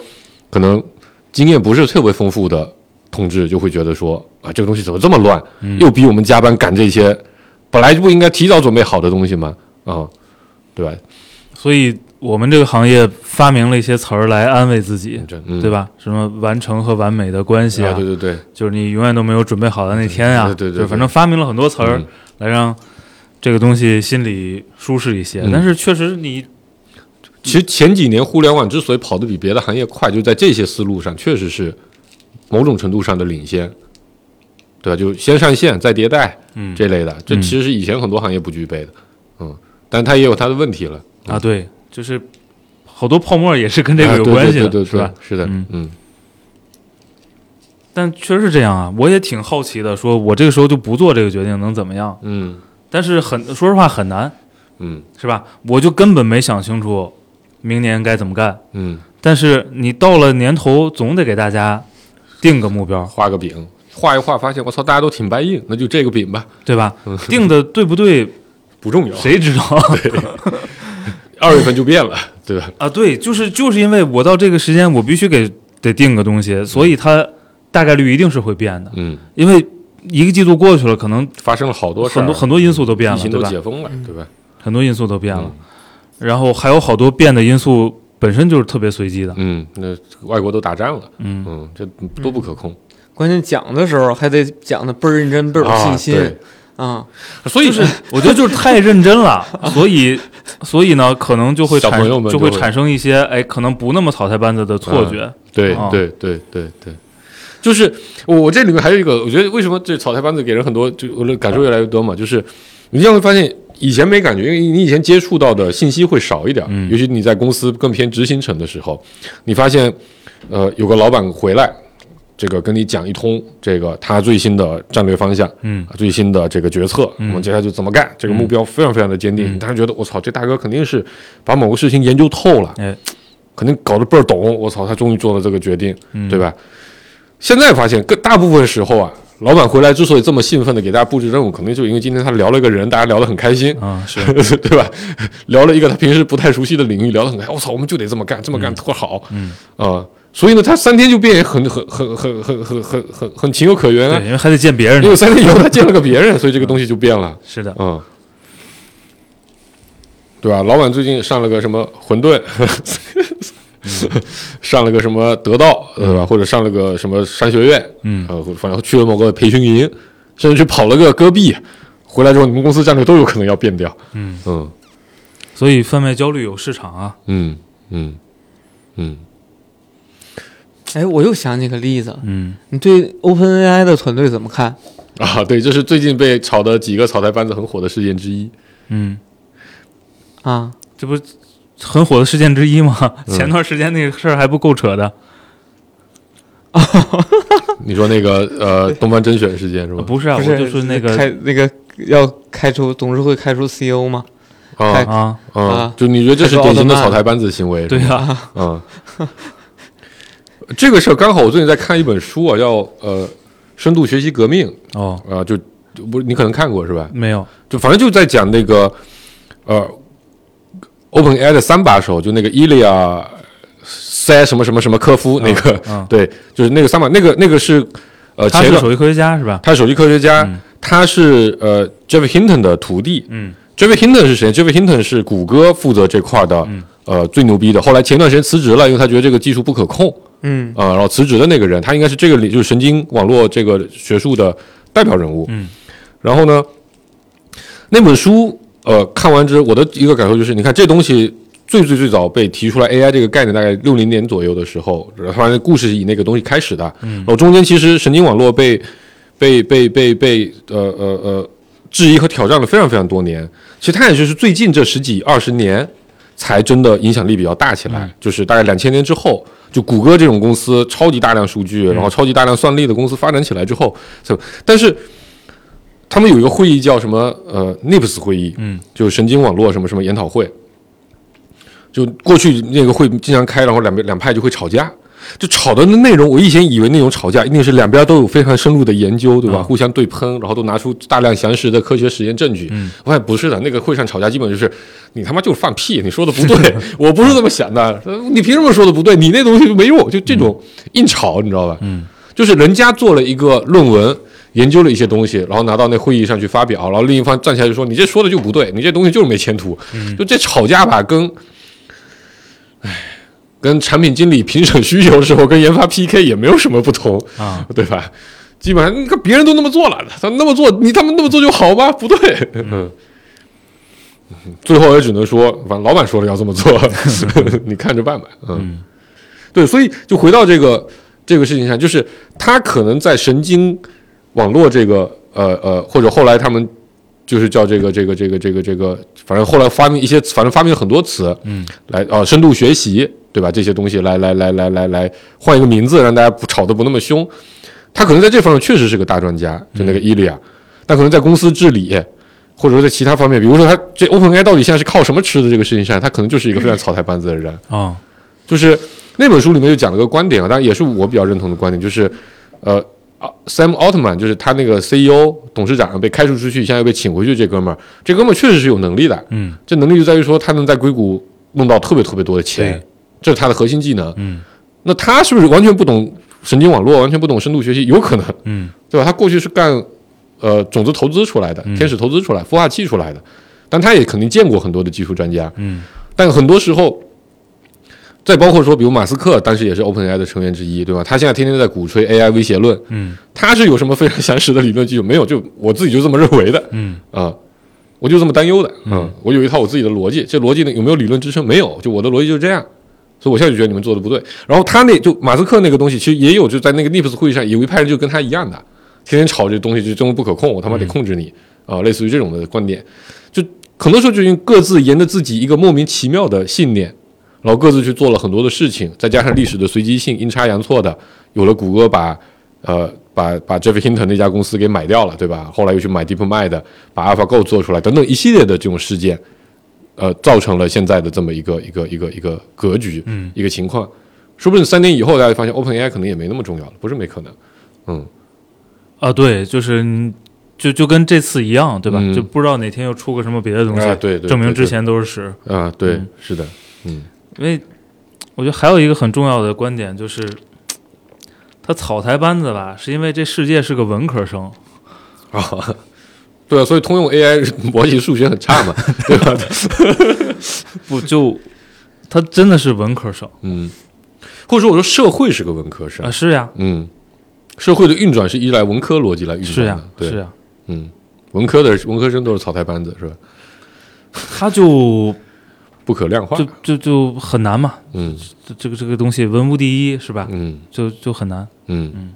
Speaker 5: 可能经验不是特别丰富的同志，就会觉得说啊，这个东西怎么这么乱，
Speaker 4: 嗯
Speaker 5: 又逼我们加班赶这些本来就不应该提早准备好的东西吗？啊、对吧？
Speaker 4: 所以我们这个行业发明了一些词儿来安慰自己，
Speaker 5: 这嗯，
Speaker 4: 对吧？什么完成和完美的关系
Speaker 5: 啊，对对对，
Speaker 4: 就是你永远都没有准备好的那天啊，
Speaker 5: 对对对对
Speaker 4: 就反正发明了很多词儿
Speaker 5: 嗯
Speaker 4: 来让这个东西心里舒适一些。
Speaker 5: 嗯
Speaker 4: 但是确实你
Speaker 5: 其实前几年互联网之所以跑得比别的行业快，就在这些思路上，确实是某种程度上的领先，对吧？就先上线再迭代，
Speaker 4: 嗯
Speaker 5: 这类的，这
Speaker 4: 嗯
Speaker 5: 其实是以前很多行业不具备的，嗯，但它也有它的问题了，
Speaker 4: 啊，对，就是好多泡沫也是跟这
Speaker 5: 嗯啊
Speaker 4: 个有
Speaker 5: 对
Speaker 4: 关系的，
Speaker 5: 对对对
Speaker 4: 是吧？
Speaker 5: 对是的，
Speaker 4: 嗯
Speaker 5: 嗯，
Speaker 4: 但确实是这样啊，我也挺好奇的，说我这个时候就不做这个决定能怎么样？
Speaker 5: 嗯
Speaker 4: 但是很说实话很难，
Speaker 5: 嗯
Speaker 4: 是吧？我就根本没想清楚明年该怎么干。
Speaker 5: 嗯，
Speaker 4: 但是你到了年头，总得给大家定个目标，
Speaker 5: 画个饼，画一画，发现我操，大家都挺白硬，那就这个饼吧，
Speaker 4: 对吧？
Speaker 5: 嗯
Speaker 4: 定的对不对，
Speaker 5: 不重要，
Speaker 4: 谁知道
Speaker 5: 二月份就变了， 对吧？
Speaker 4: 啊？对，就是就是因为我到这个时间，我必须给得定个东西，所以它大概率一定是会变的，
Speaker 5: 嗯，
Speaker 4: 因为一个季度过去了，可能
Speaker 5: 发生了好多事儿，
Speaker 4: 很多很多因素都变
Speaker 5: 疫
Speaker 4: 了，
Speaker 5: 情
Speaker 4: 对
Speaker 5: 都
Speaker 4: 吧？嗯
Speaker 5: 解嗯封了，对吧？
Speaker 4: 很多因素都变了，然后还有好多变的因素本身就是特别随机的，
Speaker 5: 嗯，那外国都打仗了，
Speaker 4: 嗯
Speaker 5: 嗯，这都不可控，
Speaker 3: 关键讲的时候还得讲的倍儿认真，倍儿有信
Speaker 5: 啊
Speaker 3: 心
Speaker 5: 对
Speaker 3: 啊！
Speaker 5: 所以是
Speaker 4: 我觉得就是太认真 了，所以所以呢，可能就会
Speaker 5: 小
Speaker 4: 产
Speaker 5: 朋友们
Speaker 4: 就
Speaker 5: 就会嗯
Speaker 4: 会产生一些哎，可能不那么草台班子的错觉。
Speaker 5: 对
Speaker 4: 啊
Speaker 5: 对对对对，就是我我这里面还有一个，我觉得为什么这草台班子给人很多就我的感受越来越多嘛，就是你这样会发现以前没感觉，因为你以前接触到的信息会少一点，
Speaker 4: 嗯
Speaker 5: 尤其你在公司更偏执行层的时候，你发现呃有个老板回来。这个跟你讲一通，这个他最新的战略方向，
Speaker 4: 嗯，
Speaker 5: 最新的这个决策，我
Speaker 4: 嗯
Speaker 5: 们接下来就怎么干，这个目标非常非常的坚定。
Speaker 4: 嗯
Speaker 5: 你当时觉得我操，这大哥肯定是把某个事情研究透了，
Speaker 4: 哎
Speaker 5: 肯定搞得倍儿懂。我操，他终于做了这个决定，
Speaker 4: 嗯
Speaker 5: 对吧？现在发现，更大部分时候啊，老板回来之所以这么兴奋的给大家布置任务，肯定就因为今天他聊了一个人，大家聊得很开心。
Speaker 4: 啊，是
Speaker 5: 对吧？聊了一个他平时不太熟悉的领域，聊得很开。哎我、操，我们就得这么干，这么干特好。
Speaker 4: 嗯
Speaker 5: 啊、所以呢，他三天就变很很很很很很很很很情有可原啊
Speaker 4: 对，。因为还得见别人
Speaker 5: 因
Speaker 4: 呢
Speaker 5: 为。三天以后他见了个别人，所以这个东西就变了，
Speaker 4: 是的，
Speaker 5: 嗯，对吧？老板最近上了个什么馄饨， 上了个什么得道，对吧？或者上了个什么商学院，
Speaker 4: 嗯
Speaker 5: 呃，反正去了某个培训营，甚至去跑了个戈壁，回来之后你们公司战略都有可能要变掉，
Speaker 4: 嗯，
Speaker 5: 嗯
Speaker 4: 所以贩卖焦虑有市场啊。
Speaker 5: 嗯嗯嗯，
Speaker 3: 哎，我又想起个例子，
Speaker 4: 嗯，
Speaker 3: 你对 OpenAI 的团队怎么看？
Speaker 5: 啊，对，这是最近被炒的几个草台班子很火的事件之一，
Speaker 4: 嗯，
Speaker 3: 啊，
Speaker 4: 这不很火的事件之一吗？
Speaker 5: 嗯
Speaker 4: 前段时间那个事儿还不够扯的，
Speaker 5: 你说那个呃东方甄选事件是吧？
Speaker 4: 不是啊，
Speaker 3: 不
Speaker 4: 我
Speaker 3: 是，
Speaker 4: 就是那
Speaker 3: 开
Speaker 4: 个
Speaker 3: 那个要开除董事会开除 CEO 吗？
Speaker 5: 啊
Speaker 3: 开
Speaker 4: 啊，
Speaker 5: 嗯
Speaker 3: 啊，
Speaker 5: 就你觉得这是典型的
Speaker 3: 还是奥特曼
Speaker 5: 草台班子行为？
Speaker 4: 对
Speaker 5: 是吧，
Speaker 4: 啊，
Speaker 5: 嗯，这个事儿刚好我最近在看一本书啊，叫呃《深度学习革命》
Speaker 4: 哦，
Speaker 5: 啊、就就不是你可能看过是吧？
Speaker 4: 没有，
Speaker 5: 就反正就在讲那个呃 OpenAI 的三把手，就那个伊利亚塞什么什么什么科夫、那个，
Speaker 4: 嗯
Speaker 5: 对，就是那个三把，那个那个是呃
Speaker 4: 他
Speaker 5: 前
Speaker 4: 是
Speaker 5: 段
Speaker 4: 首席科学家是吧？
Speaker 5: 他是手机科学家，
Speaker 4: 嗯
Speaker 5: 他是呃 Jeff Hinton 的徒弟，
Speaker 4: 嗯
Speaker 5: Jeff Hinton 是谁？Jeff Hinton 是谷歌负责这块的，
Speaker 4: 嗯
Speaker 5: 呃，最牛逼的。后来前段时间辞职了，因为他觉得这个技术不可控
Speaker 3: 嗯
Speaker 5: 啊、然后辞职的那个人，他应该是这个里就是神经网络这个学术的代表人物。
Speaker 4: 嗯，
Speaker 5: 然后呢，那本书呃看完之后，我的一个感受就是，你看这东西最最最早被提出来 AI 这个概念，大概六零年左右的时候，然后反正故事是以那个东西开始的。嗯，然后中间其实神经网络被被被被被呃呃呃质疑和挑战了非常非常多年。其实它也就是最近这十几二十年才真的影响力比较大起来，就是大概两千年之后，就谷歌这种公司超级大量数据，然后超级大量算力的公司发展起来之后，就但是。他们有一个会议叫什么？呃，NIPS 会议，
Speaker 4: 嗯，
Speaker 5: 就是神经网络什么什么研讨会。就过去那个会经常开，然后两边两派就会吵架，就吵的那内容，我以前以为那种吵架一定是两边都有非常深入的研究，对吧？
Speaker 4: 嗯
Speaker 5: 互相对喷，然后都拿出大量详实的科学实验证据。
Speaker 4: 嗯
Speaker 5: 我发现不是的，那个会上吵架基本就是你他妈就是放屁，你说的 不对，我不是这么想的，呃你凭什么说的不对？你那东西就没用，就这种硬吵，你知道吧？
Speaker 4: 嗯，
Speaker 5: 就是人家做了一个论文。研究了一些东西，然后拿到那会议上去发表，然后另一方站起来就说：“你这说的就不对，你这东西就是没前途。
Speaker 4: 嗯
Speaker 5: 就这吵架吧，跟跟产品经理评审需求的时候跟研发 PK 也没有什么不同，
Speaker 4: 啊，
Speaker 5: 对吧？基本上你看别人都那么做了，他那么做，你他们那么做就好吗？不对，嗯。最后也只能说，反正老板说了要这么做， 你看着办吧。嗯，对，所以就回到这个这个事情上，就是他可能在神经网络这个呃呃，或者后来他们就是叫这个这个这个这个这个，反正后来发明一些，反正发明了很多词，
Speaker 4: 嗯，
Speaker 5: 来啊、呃深度学习，对吧？这些东西来来来来来来换一个名字，让大家不吵得不那么凶。他可能在这方面确实是个大专家，就那个伊利亚，但可能在公司治理。或者说在其他方面，比如说他这 OpenAI 到底现在是靠什么吃的这个事情上，他可能就是一个非常草台班子的人。
Speaker 4: 啊，
Speaker 5: 就是那本书里面就讲了个观点啊，当然也是我比较认同的观点，就是呃啊，Sam Altman 就是他那个 CEO 董事长被开除出去，现在又被请回去，这哥们儿，这哥们儿确实是有能力的，
Speaker 4: 嗯
Speaker 5: 这能力就在于说他能在硅谷弄到特别特别多的钱
Speaker 4: 对，
Speaker 5: 这是他的核心技能。
Speaker 4: 嗯
Speaker 5: 那他是不是完全不懂神经网络，完全不懂深度学习？有可能，
Speaker 4: 嗯
Speaker 5: 对吧？他过去是干呃种子投资出来的，
Speaker 4: 嗯
Speaker 5: 天使投资出来，孵化器出来的，但他也肯定见过很多的技术专家，
Speaker 4: 嗯，
Speaker 5: 但很多时候，再包括说，比如马斯克当时也是 OpenAI 的成员之一，对吧？他现在天天在鼓吹 AI 威胁论，
Speaker 4: 嗯
Speaker 5: 他是有什么非常详实的理论基础没有？就我自己就这么认为的
Speaker 4: 嗯
Speaker 5: 啊、我就这么担忧的，嗯，我有一套我自己的逻辑，这逻辑呢有没有理论支撑？没有，就我的逻辑就是这样。所以我现在就觉得你们做的不对。然后他那就马斯克那个东西，其实也有就在那个 NIPS 会议上，有一派人就跟他一样的，天天吵这东西就真不可控，我他妈得控制你
Speaker 4: 嗯
Speaker 5: 啊、类似于这种的观点，就很多时候就用各自沿着自己一个莫名其妙的信念，然后各自去做了很多的事情，再加上历史的随机性，阴差阳错的，有了谷歌把呃把把 Jeff Hinton 那家公司给买掉了，对吧？后来又去买 DeepMind，把 AlphaGo 做出来，等等一系列的这种事件，呃，造成了现在的这么一个一个一个一个格局，
Speaker 4: 嗯，
Speaker 5: 一个情况。说不定三年以后，大家就发现 OpenAI 可能也没那么重要了，不是没可能。嗯，
Speaker 4: 啊，对，就是你就就跟这次一样，对吧？
Speaker 5: 嗯
Speaker 4: 就不知道哪天又出个什么别的东西，
Speaker 5: 啊，对对，
Speaker 4: 证明
Speaker 5: 对
Speaker 4: 之前都是屎。
Speaker 5: 对啊，对
Speaker 4: 嗯，
Speaker 5: 是的，嗯
Speaker 4: 因为我觉得还有一个很重要的观点就是，他草台班子吧，是因为这世界是个文科生，
Speaker 5: 啊，对啊，所以通用 AI 模型数学很差嘛，对吧？
Speaker 4: 不就他真的是文科生
Speaker 5: 嗯， 或者说我说社会是个文科生
Speaker 4: 啊？，是呀，
Speaker 5: 嗯，社会的运转是依赖文科逻辑来运转的，
Speaker 4: 是呀，
Speaker 5: 对，
Speaker 4: 是呀，
Speaker 5: 嗯，文科的文科生都是草台班子，是吧？
Speaker 4: 他就
Speaker 5: 不可量化
Speaker 4: 就，就就很难嘛，
Speaker 5: 嗯
Speaker 4: 这这个这个东西文无第一是吧？
Speaker 5: 嗯
Speaker 4: 就就很难。
Speaker 5: 嗯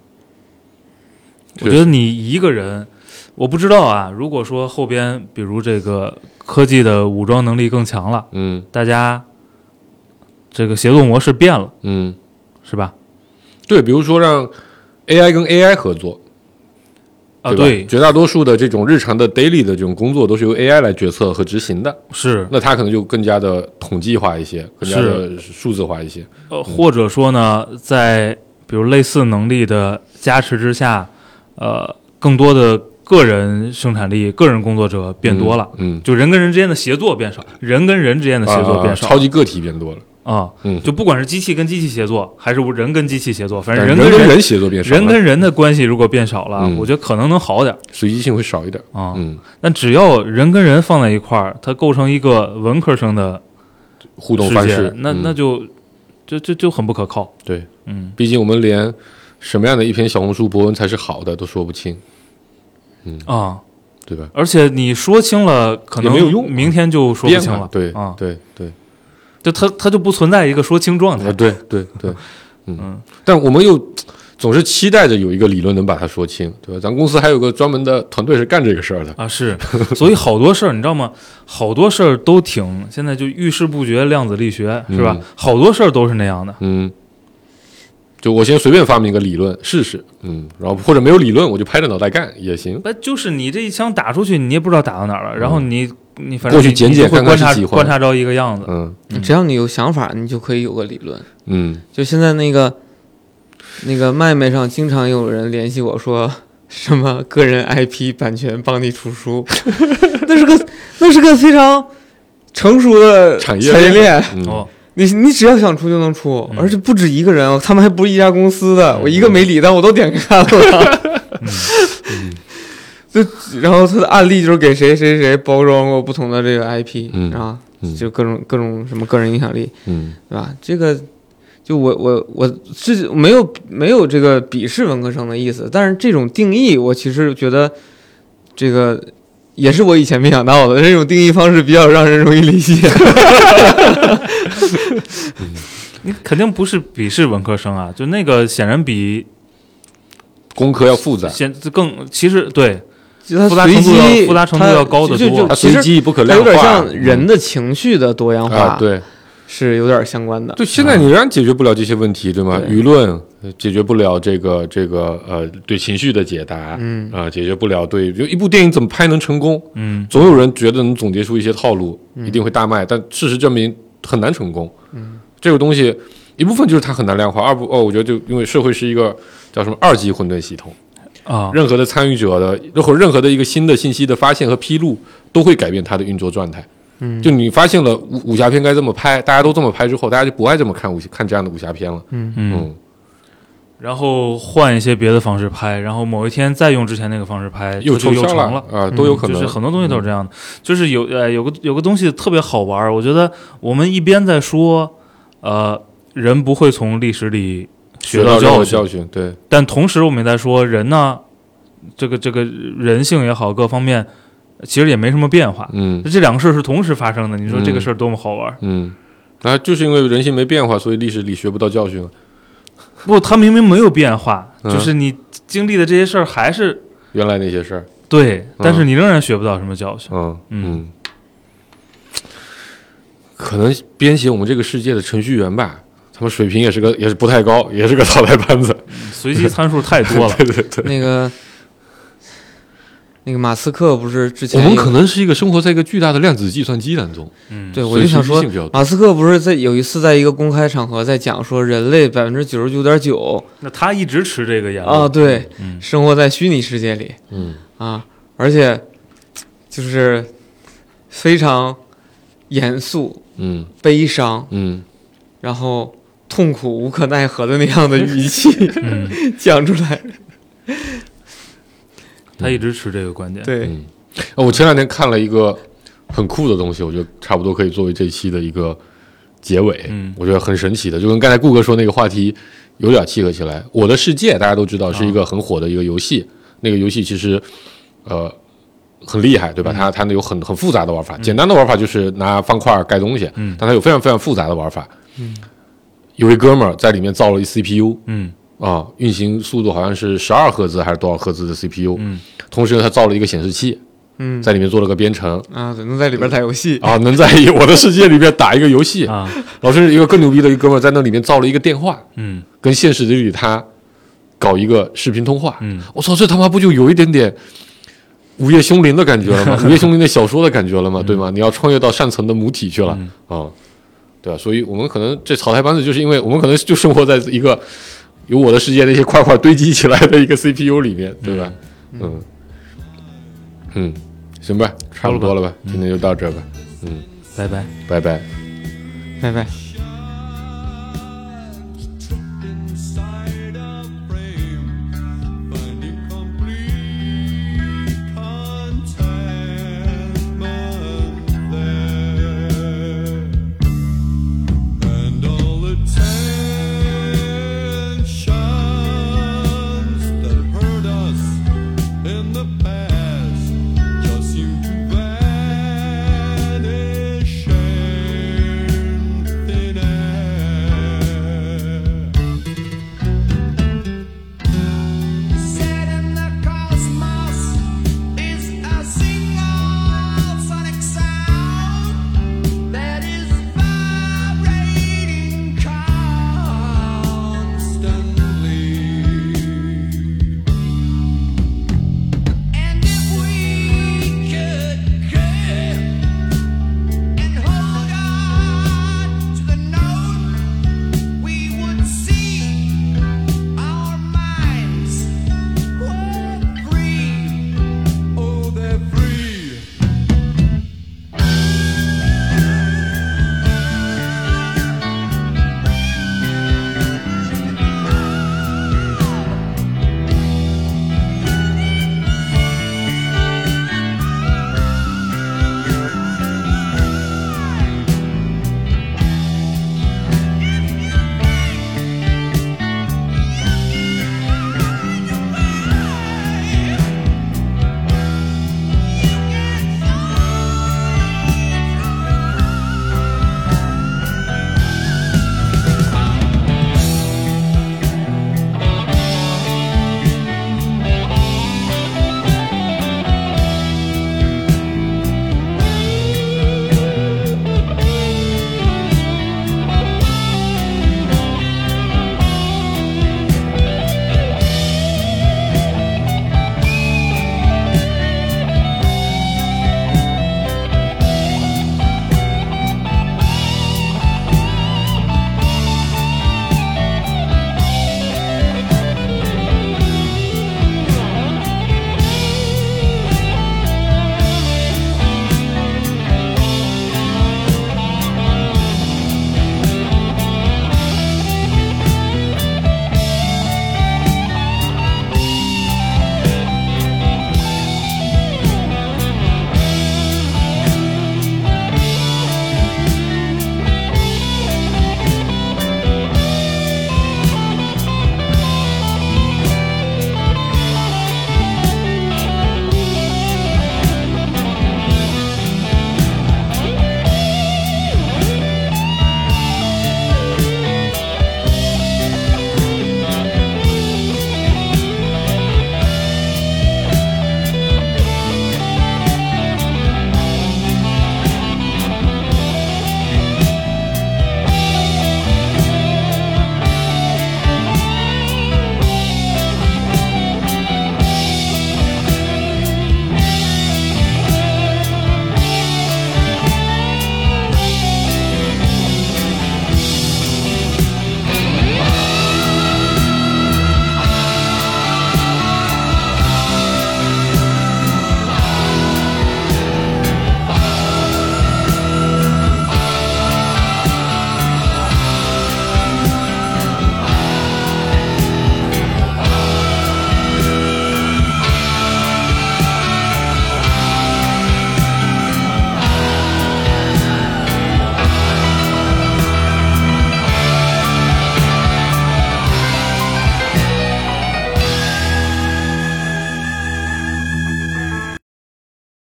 Speaker 4: 我觉得你一个人，我不知道啊。如果说后边比如这个科技的武装能力更强了，
Speaker 5: 嗯
Speaker 4: 大家这个协作模式变了，
Speaker 5: 嗯，
Speaker 4: 是吧？
Speaker 5: 对，比如说让 AI 跟 AI 合作，
Speaker 4: 啊，
Speaker 5: 吧
Speaker 4: 对，
Speaker 5: 绝大多数的这种日常的 daily 的这种工作都是由 AI 来决策和执行的，
Speaker 4: 是
Speaker 5: 那它可能就更加的统计化一些，更加的数字化一些，
Speaker 4: 呃，或者说呢，在比如类似能力的加持之下，呃，更多的个人生产力、个人工作者变多了，
Speaker 5: 嗯，
Speaker 4: 就人跟人之间的协作变少，人跟人之间的协作变
Speaker 5: 啊
Speaker 4: 少
Speaker 5: 超级个体变多了，
Speaker 4: 啊。
Speaker 5: 嗯，
Speaker 4: 就不管是机器跟机器协作，还是人跟机器协作，反正
Speaker 5: 但人
Speaker 4: 跟
Speaker 5: 跟
Speaker 4: 人
Speaker 5: 人协作变少了，
Speaker 4: 人跟人的关系如果变少了，
Speaker 5: 嗯
Speaker 4: 我觉得可能能好点儿
Speaker 5: 随机性会少一点，
Speaker 4: 啊。
Speaker 5: 嗯，
Speaker 4: 但只要人跟人放在一块儿，它构成一个文科生的
Speaker 5: 互动
Speaker 4: 世
Speaker 5: 方
Speaker 4: 界
Speaker 5: 式，，
Speaker 4: 那
Speaker 5: 嗯
Speaker 4: 那就就就就很不可靠。
Speaker 5: 对，
Speaker 4: 嗯，
Speaker 5: 毕竟我们连什么样的一篇小红书博文才是好的都说不清，
Speaker 4: 啊，
Speaker 5: 对吧？
Speaker 4: 而且你说清了，可能
Speaker 5: 嗯也没有用
Speaker 4: 明天就说不
Speaker 5: 编
Speaker 4: 清
Speaker 5: 嘛
Speaker 4: 了。
Speaker 5: 对，
Speaker 4: 啊，
Speaker 5: 对对
Speaker 4: 就它它就不存在一个说清状态
Speaker 5: 啊，。 对对对，嗯
Speaker 4: 嗯。
Speaker 5: 但我们又总是期待着有一个理论能把它说清，对吧？咱公司还有个专门的团队是干这个事儿的，
Speaker 4: 啊，是， 所以好多事儿你知道吗？好多事儿都挺现在就遇事不决，量子力学是吧？
Speaker 5: 嗯
Speaker 4: 好多事儿都是那样的。
Speaker 5: 嗯。就我先随便发明一个理论试试，嗯，然后或者没有理论我就拍着脑袋干也行，
Speaker 4: 不哎就是你这一枪打出去，你也不知道打到哪儿了，然后你你反正
Speaker 5: 嗯过去
Speaker 4: 你
Speaker 5: 捡
Speaker 4: 你
Speaker 5: 捡
Speaker 4: 就会
Speaker 5: 看看
Speaker 4: 观
Speaker 5: 是
Speaker 4: 察
Speaker 5: 几环
Speaker 4: 观察着一个样子，
Speaker 5: 嗯
Speaker 3: 只要你有想法，你就可以有个理论。
Speaker 5: 嗯
Speaker 3: 就现在那个那个麦麦上经常有人联系我说什么个人 IP 版权帮你出 书，那是个那是个非常成熟的
Speaker 5: 产业
Speaker 3: 呃业链。
Speaker 5: 嗯、
Speaker 4: 哦，
Speaker 3: 你你只要想出就能出，
Speaker 4: 嗯
Speaker 3: 而且不止一个人，他们还不是一家公司
Speaker 5: 嗯
Speaker 3: 的，我一个没理，但我都点开看了。
Speaker 5: 嗯
Speaker 3: 就然后他的案例就是给谁谁谁包装过不同的这个 IP，
Speaker 5: 嗯
Speaker 3: 啊
Speaker 5: 嗯，
Speaker 3: 就各种各种什么个人影响力，
Speaker 5: 嗯
Speaker 3: 对吧？这个就我我我是没有没有这个鄙视文科生的意思，但是这种定义我其实觉得这个也是我以前没想到的，这种定义方式比较让人容易理 解。
Speaker 4: 你肯定不是鄙视文科生啊，就那个显然比
Speaker 5: 工科要复杂，
Speaker 4: 显更其实对，
Speaker 3: 就它
Speaker 4: 复杂
Speaker 3: 随
Speaker 4: 程度要
Speaker 3: 机
Speaker 4: 复杂程度
Speaker 3: 它
Speaker 4: 要高得
Speaker 3: 就
Speaker 4: 多
Speaker 3: 就就
Speaker 5: 它
Speaker 3: 其
Speaker 5: 随
Speaker 3: 实
Speaker 5: 机不可
Speaker 3: 它
Speaker 5: 量
Speaker 3: 有
Speaker 5: 化，
Speaker 3: 点
Speaker 4: 嗯
Speaker 3: 像人的情绪的多样
Speaker 5: 嗯
Speaker 3: 化，
Speaker 5: 啊，，对。
Speaker 3: 是有点相关的。
Speaker 5: 对，现在你仍然解决不了这些问题，对吗？
Speaker 3: 对
Speaker 5: 舆论呃解决不了这个这个呃对情绪的解答，
Speaker 3: 嗯
Speaker 5: 啊、解决不了对就一部电影怎么拍能成功，
Speaker 4: 嗯，
Speaker 5: 总有人觉得能总结出一些套路，
Speaker 3: 嗯
Speaker 5: 一定会大卖，但事实证明很难成功。嗯，这个东西一部分就是它很难量化，二部哦，我觉得就因为社会是一个叫什么二级混沌系统，
Speaker 4: 啊，
Speaker 5: 任何的参与者的任何任何的一个新的信息的发现和披露，都会改变它的运作状态。
Speaker 3: 嗯
Speaker 5: 就你发现了武武侠片该这么拍，大家都这么拍之后，大家就不爱这么看武看这样的武侠片了。
Speaker 4: 嗯，
Speaker 5: 嗯，
Speaker 4: 然后换一些别的方式拍，然后某一天再用之前那个方式拍，
Speaker 5: 又
Speaker 4: 它就
Speaker 5: 抽
Speaker 4: 又
Speaker 5: 象
Speaker 4: 成了。嗯
Speaker 5: 啊，都有可能。嗯
Speaker 4: 就是很多东西都是这样的，就是有呃有个有个东西特别好玩儿，我觉得我们一边在说，呃，人不会从历史里学到
Speaker 5: 到任
Speaker 4: 教
Speaker 5: 何
Speaker 4: 训
Speaker 5: 教，训，对，
Speaker 4: 但同时我们也在说人呢，这个这个人性也好，各方面其实也没什么变化，
Speaker 5: 嗯
Speaker 4: 这两个事儿是同时发生的，你说这个
Speaker 5: 嗯
Speaker 4: 事儿多么好玩儿！
Speaker 5: 嗯，啊，就是因为人性没变化，所以历史里学不到教训了。
Speaker 4: 不，它明明没有变化，
Speaker 5: 嗯
Speaker 4: 就是你经历的这些事儿还是
Speaker 5: 原来那些事儿，
Speaker 4: 对，但是你仍然学不到什么教训。
Speaker 5: 嗯
Speaker 4: 嗯
Speaker 5: 嗯，可能编写我们这个世界的程序员吧，他们水平也是个也是不太高，也是个草台班子。，
Speaker 4: 随机参数太多了
Speaker 5: 对对对，
Speaker 3: 那个那个马斯克不是之
Speaker 5: 我
Speaker 3: 前
Speaker 5: 们
Speaker 3: 有
Speaker 5: 可能是一个生活在一个巨大的量子计算机当中。
Speaker 4: 嗯，
Speaker 3: 对，
Speaker 5: 所
Speaker 3: 我
Speaker 5: 以
Speaker 3: 就想
Speaker 5: 随机
Speaker 3: 说
Speaker 5: 性比较，多
Speaker 3: 马斯克不是在有一次在一个公开场合在讲说，人类百分之九十九点九
Speaker 4: 那他一直持这个言论
Speaker 3: 啊，对，
Speaker 4: 嗯
Speaker 3: 生活在虚拟世界里
Speaker 5: 嗯
Speaker 3: 啊，而且就是非常严肃、
Speaker 5: 嗯
Speaker 3: 悲伤，
Speaker 5: 嗯，
Speaker 3: 然后痛苦无可奈何的那样的语气
Speaker 4: 嗯，
Speaker 3: 讲出来。
Speaker 4: 他一直持这个观点。
Speaker 3: 对，
Speaker 5: 呃我前两天看了一个很酷的东西，我觉得差不多可以作为这一期的一个结尾。
Speaker 4: 嗯
Speaker 5: 我觉得很神奇的，就跟刚才顾哥说那个话题有点契合起来。《我的世界》大家都知道是一个很火的一个游戏，那个游戏其实呃很厉害，对吧？它它有很很复杂的玩法，简单的玩法就是拿方块盖东西，
Speaker 4: 嗯
Speaker 5: 但它有非常非常复杂的玩法。有一哥们儿在里面造了一 CPU，
Speaker 4: 嗯
Speaker 5: 啊，运行速度好像是十二赫兹还是多少赫兹的 CPU，
Speaker 4: 嗯，
Speaker 5: 同时呢，他造了一个显示器，
Speaker 3: 嗯
Speaker 5: 在里面做了个编程，
Speaker 3: 啊，怎么在里边打游戏？
Speaker 5: 啊，能在我的世界里面打一个游戏，
Speaker 4: 啊，
Speaker 5: 老师一个更牛逼的一哥们儿在那里面造了一个电话，
Speaker 4: 嗯
Speaker 5: 跟现实里他搞一个视频通话，
Speaker 4: 嗯
Speaker 5: 我操，这他妈不就有一点点午夜凶铃的感觉了吗？午夜凶铃的小说的感觉了吗？对吗？你要穿越到上层的母体去了啊、对啊吧？所以我们可能这草台班子，就是因为我们可能就生活在一个有我的世界那些块块堆积起来的一个 CPU 里面，对吧？嗯嗯行吧，差不多了吧，今天就到这吧，
Speaker 4: 拜拜。
Speaker 5: 拜拜。
Speaker 4: 嗯
Speaker 3: 拜拜。
Speaker 2: Oh,